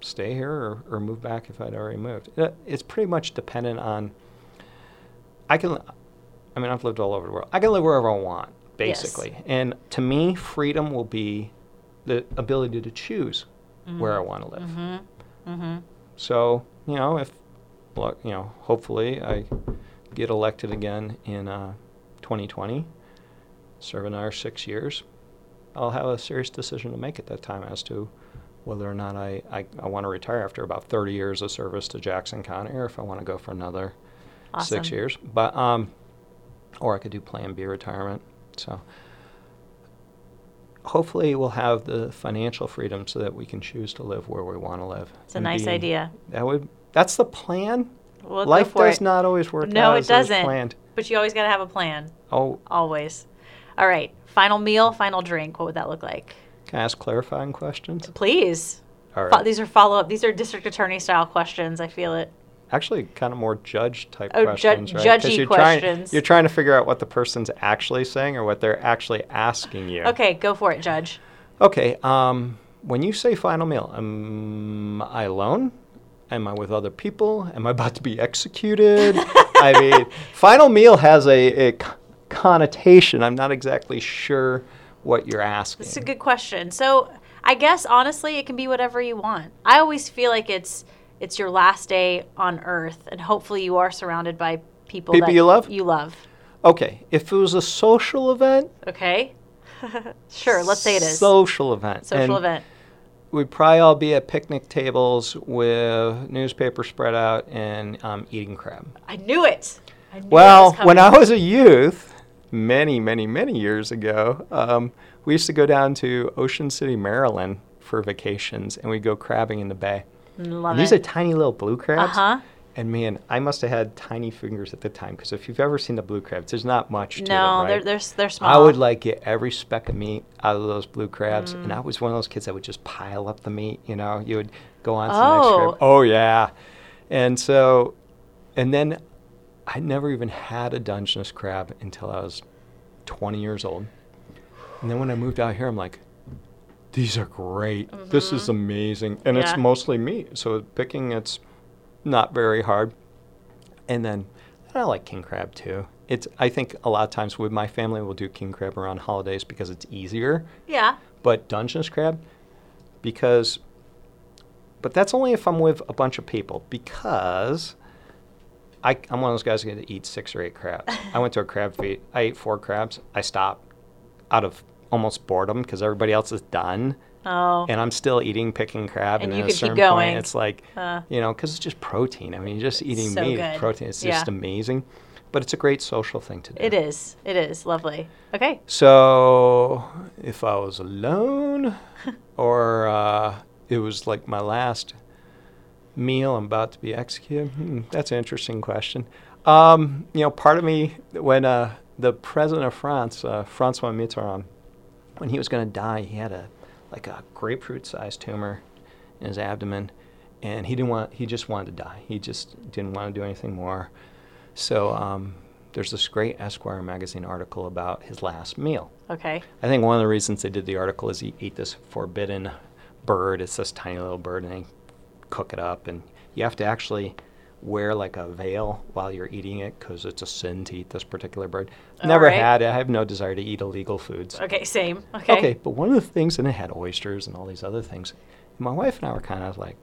Speaker 2: stay here or, or move back if I'd already moved. It- It's pretty much dependent on. I can, I mean, I've lived all over the world. I can live wherever I want,
Speaker 1: Yes.
Speaker 2: basically. And to me, freedom will be the ability to choose where I want to live.
Speaker 1: Mm-hmm. Mm-hmm.
Speaker 2: So, you know, if, luck- you know, hopefully I get elected again in uh, 2020, serve another six years, I'll have a serious decision to make at that time as to whether or not I, I, I want to retire after about 30 years of service to Jackson County or if I want to go for another six
Speaker 1: Awesome.
Speaker 2: years. But, um, or I could do Plan B retirement. So, hopefully we'll have the financial freedom so that we can choose to live where we want to live.
Speaker 1: It's a
Speaker 2: and
Speaker 1: nice
Speaker 2: be-
Speaker 1: idea.
Speaker 2: That would that's the plan.
Speaker 1: Well, go
Speaker 2: Life
Speaker 1: for
Speaker 2: does
Speaker 1: it.
Speaker 2: not always work
Speaker 1: No,
Speaker 2: out
Speaker 1: it
Speaker 2: as is
Speaker 1: doesn't.
Speaker 2: planned.
Speaker 1: But you always got to have a plan.
Speaker 2: Oh,
Speaker 1: Always. All right. Final meal, final drink. What would that look like?
Speaker 2: can I ask clarifying questions?
Speaker 1: Please.
Speaker 2: All
Speaker 1: Fo-
Speaker 2: right.
Speaker 1: These are follow up. These are district attorney style questions. I feel it.
Speaker 2: actually kind of more judge type
Speaker 1: Oh, ju-
Speaker 2: questions, right? 'Cause
Speaker 1: judgy
Speaker 2: you're trying-
Speaker 1: questions.
Speaker 2: you're trying to figure out what the person's actually saying or what they're actually asking you.
Speaker 1: Okay, go for it, Judge.
Speaker 2: Okay. Um, when you say final meal, am I alone? Am I with other people? Am I about to be executed?
Speaker 1: (laughs)
Speaker 2: I mean, final meal has a, a c- connotation. I'm not exactly sure what you're asking.
Speaker 1: It's a good question. So I guess honestly, it can be whatever you want. I always feel like it's it's your last day on Earth, and hopefully, you are surrounded by people
Speaker 2: People
Speaker 1: that
Speaker 2: you love?
Speaker 1: You love.
Speaker 2: Okay, if it was a social event,
Speaker 1: Okay. (laughs) sure. Let's say it is
Speaker 2: Social event.
Speaker 1: social
Speaker 2: And
Speaker 1: event.
Speaker 2: We'd probably all be at picnic tables with newspaper spread out and um, eating crab.
Speaker 1: I knew it. I knew it
Speaker 2: Well,
Speaker 1: was
Speaker 2: when I
Speaker 1: coming.
Speaker 2: was a youth, many, many, many years ago, um, we used to go down to Ocean City, Maryland for vacations, and we'd go crabbing in the bay.
Speaker 1: Mm, love
Speaker 2: And these
Speaker 1: it.
Speaker 2: are tiny little blue crabs.
Speaker 1: Uh-huh.
Speaker 2: And man, I must have had tiny fingers at the time because if you've ever seen the blue crabs, there's not much to
Speaker 1: no,
Speaker 2: them, right?
Speaker 1: they're, they're s- they're small.
Speaker 2: I would like get every speck of meat out of those blue crabs, and I
Speaker 1: Mm.
Speaker 2: was one of those kids that would just pile up the meat. You know, you would go on to the next
Speaker 1: Oh.
Speaker 2: crab. Oh yeah, and so, and then I never even had a Dungeness crab until I was 20 years old, and then when I moved out here, I'm like, these are great. This is amazing,
Speaker 1: Mm-hmm.
Speaker 2: and
Speaker 1: Yeah.
Speaker 2: it's mostly meat, so picking it's not very hard. And then I like king crab too. It's I think a lot of times with my family we'll do king crab around holidays because it's easier.
Speaker 1: Yeah.
Speaker 2: But Dungeness crab, because but that's only if I'm with a bunch of people because I, I'm one of those guys who get to eat six or eight crabs. I went to a crab feed. I ate four crabs. I stopped out of almost boredom because everybody else is done
Speaker 1: Oh.
Speaker 2: and I'm still eating picking crab,
Speaker 1: And
Speaker 2: and,
Speaker 1: you
Speaker 2: at
Speaker 1: could
Speaker 2: a
Speaker 1: keep
Speaker 2: certain
Speaker 1: going.
Speaker 2: point, it's like,
Speaker 1: Uh.
Speaker 2: you know, because it's just protein. I mean, you're just eating
Speaker 1: so
Speaker 2: meat,
Speaker 1: good.
Speaker 2: protein. It's
Speaker 1: Yeah.
Speaker 2: just amazing, but it's a great social thing to do.
Speaker 1: It is. It is lovely. Okay.
Speaker 2: So, if I
Speaker 1: (laughs)
Speaker 2: was alone, or uh, it was like my last meal, I'm about to be executed. Hmm, that's an interesting question. Um, you know, part of me when uh, the president of France, uh, Francois Mitterrand, when he was going to die, he had a like a grapefruit-sized tumor in his abdomen, and he didn't want. He just wanted to die. He just didn't want to do anything more. So um, there's this great Esquire magazine article about his last meal.
Speaker 1: Okay.
Speaker 2: I think one of the reasons they did the article is he ate this forbidden bird. It's this tiny little bird, and they cook it up, and you have to actually wear like a veil while you're eating it because it's a sin to eat this particular bird.
Speaker 1: All
Speaker 2: Never
Speaker 1: right.
Speaker 2: had it. I have no desire to eat illegal foods.
Speaker 1: Okay. Same. Okay.
Speaker 2: but one of the things, and it had oysters and all these other things. My wife and I were kind of like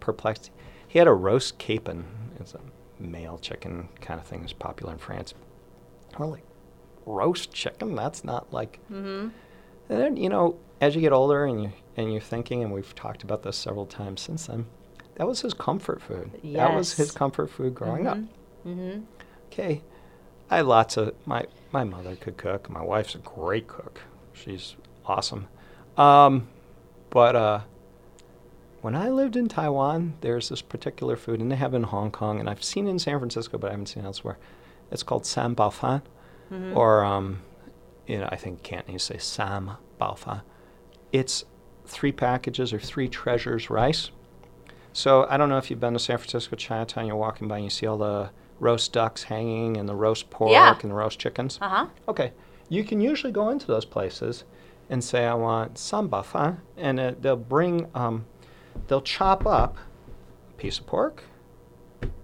Speaker 2: perplexed. He had a roast capon. It's a male chicken kind of thing that's popular in France. We're like, roast chicken? That's not like.
Speaker 1: Mm-hmm.
Speaker 2: And then, you know, as you get older and you and you're thinking, and we've talked about this several times since then, that was his comfort food. That was his
Speaker 1: Yes.
Speaker 2: comfort food growing up.
Speaker 1: Mm-hmm.
Speaker 2: Okay. I had lots of my my mother could cook. My wife's a great cook. She's awesome. Um, but uh, when I lived in Taiwan, there's this particular food, and they have it in Hong Kong, and I've seen it in San Francisco, but I haven't seen it elsewhere. It's called sam bao fan,
Speaker 1: Mhm.
Speaker 2: or um, you know, I think Cantonese say sam bao fan. It's three packages or three treasures rice. So I don't know if you've been to San Francisco Chinatown. You're walking by and you see all the roast ducks hanging and the roast pork
Speaker 1: Yeah.
Speaker 2: and the roast chickens.
Speaker 1: Uh huh.
Speaker 2: Okay, you can usually go into those places and say, "I want sambafan," and uh, they'll bring, um, they'll chop up a piece of pork,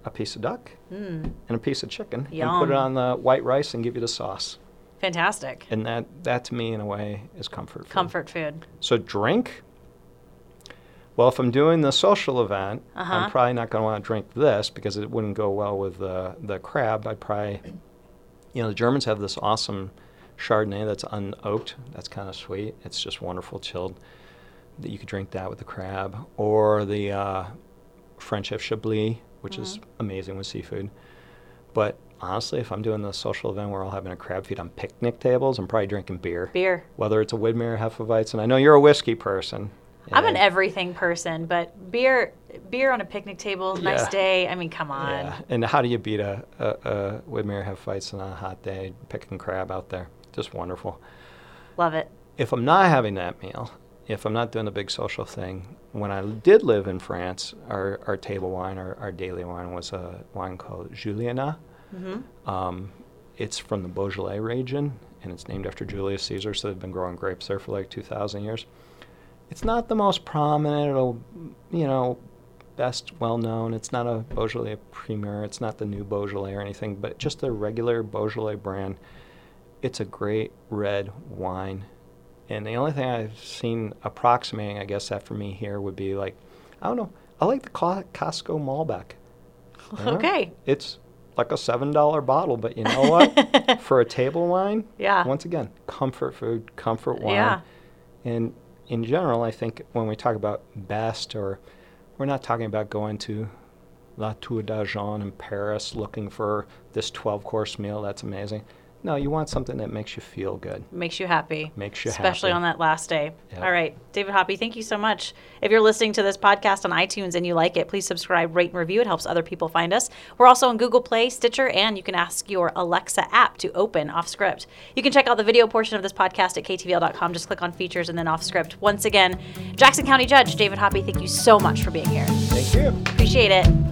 Speaker 2: a piece of duck,
Speaker 1: Mm.
Speaker 2: and a piece of chicken, and put
Speaker 1: Yum.
Speaker 2: it on the white rice and give you the sauce.
Speaker 1: Fantastic.
Speaker 2: And that, that to me, in a way, is comfort. food.
Speaker 1: Comfort food.
Speaker 2: So drink. Well, if I'm doing the social event,
Speaker 1: Uh-huh.
Speaker 2: I'm probably not going to want to drink this because it wouldn't go well with the the crab. I'd probably, you know, the Germans have this awesome Chardonnay that's unoaked. That's kind of sweet. It's just wonderful chilled. That you could drink that with the crab or the uh, French F Chablis, which is
Speaker 1: Mm-hmm.
Speaker 2: amazing with seafood. But honestly, if I'm doing the social event, we're all having a crab feed on picnic tables. I'm probably drinking beer
Speaker 1: Beer.
Speaker 2: whether it's a Widmer or Hefeweizen. I know you're a whiskey person.
Speaker 1: I'm an
Speaker 2: and-
Speaker 1: everything person, but beer, beer on a picnic table, nice
Speaker 2: Yeah.
Speaker 1: day. I mean, come on.
Speaker 2: Yeah. And how do you beat a, a, a Widmer Hefeweizen on a hot day, picking crab out there? Just wonderful.
Speaker 1: Love it.
Speaker 2: If I'm not having that meal, if I'm not doing the big social thing, when I did live in France, our, our table wine, our, our daily wine, was a wine called Juliana.
Speaker 1: Mm-hmm.
Speaker 2: Um, it's from the Beaujolais region, and it's named after Julius Caesar. So they've been growing grapes there for like 2,000 years. It's not the most prominent, or you know, best well known. It's not a Beaujolais Premier. It's not the new Beaujolais or anything, but just the regular Beaujolais brand. It's a great red wine, and the only thing I've seen approximating, I guess, that for me here would be like, I don't know. I like the Co- Costco Malbec. Yeah.
Speaker 1: Okay.
Speaker 2: It's like a seven dollar bottle, but you
Speaker 1: (laughs)
Speaker 2: know what? For a table wine,
Speaker 1: Yeah.
Speaker 2: Once again, comfort food, comfort wine.
Speaker 1: Yeah.
Speaker 2: And in general, I think when we talk about best, or we're not talking about going to La Tour d'Argent in Paris looking for this twelve course meal. That's amazing. No, you want something that makes you feel good.
Speaker 1: Makes you happy.
Speaker 2: Makes you
Speaker 1: Especially
Speaker 2: happy.
Speaker 1: on that last day.
Speaker 2: Yep.
Speaker 1: All right. David Hoppy, thank you so much. If you're listening to this podcast on iTunes and you like it, please subscribe, rate, and review. It helps other people find us. We're also on Google Play, Stitcher, and you can ask your Alexa app to open off script. You can check out the video portion of this podcast at ktvl.com. Just click on features and then off script. Once again, Jackson County Judge David Hoppy, thank you so much for being here.
Speaker 2: Thank you.
Speaker 1: Appreciate it.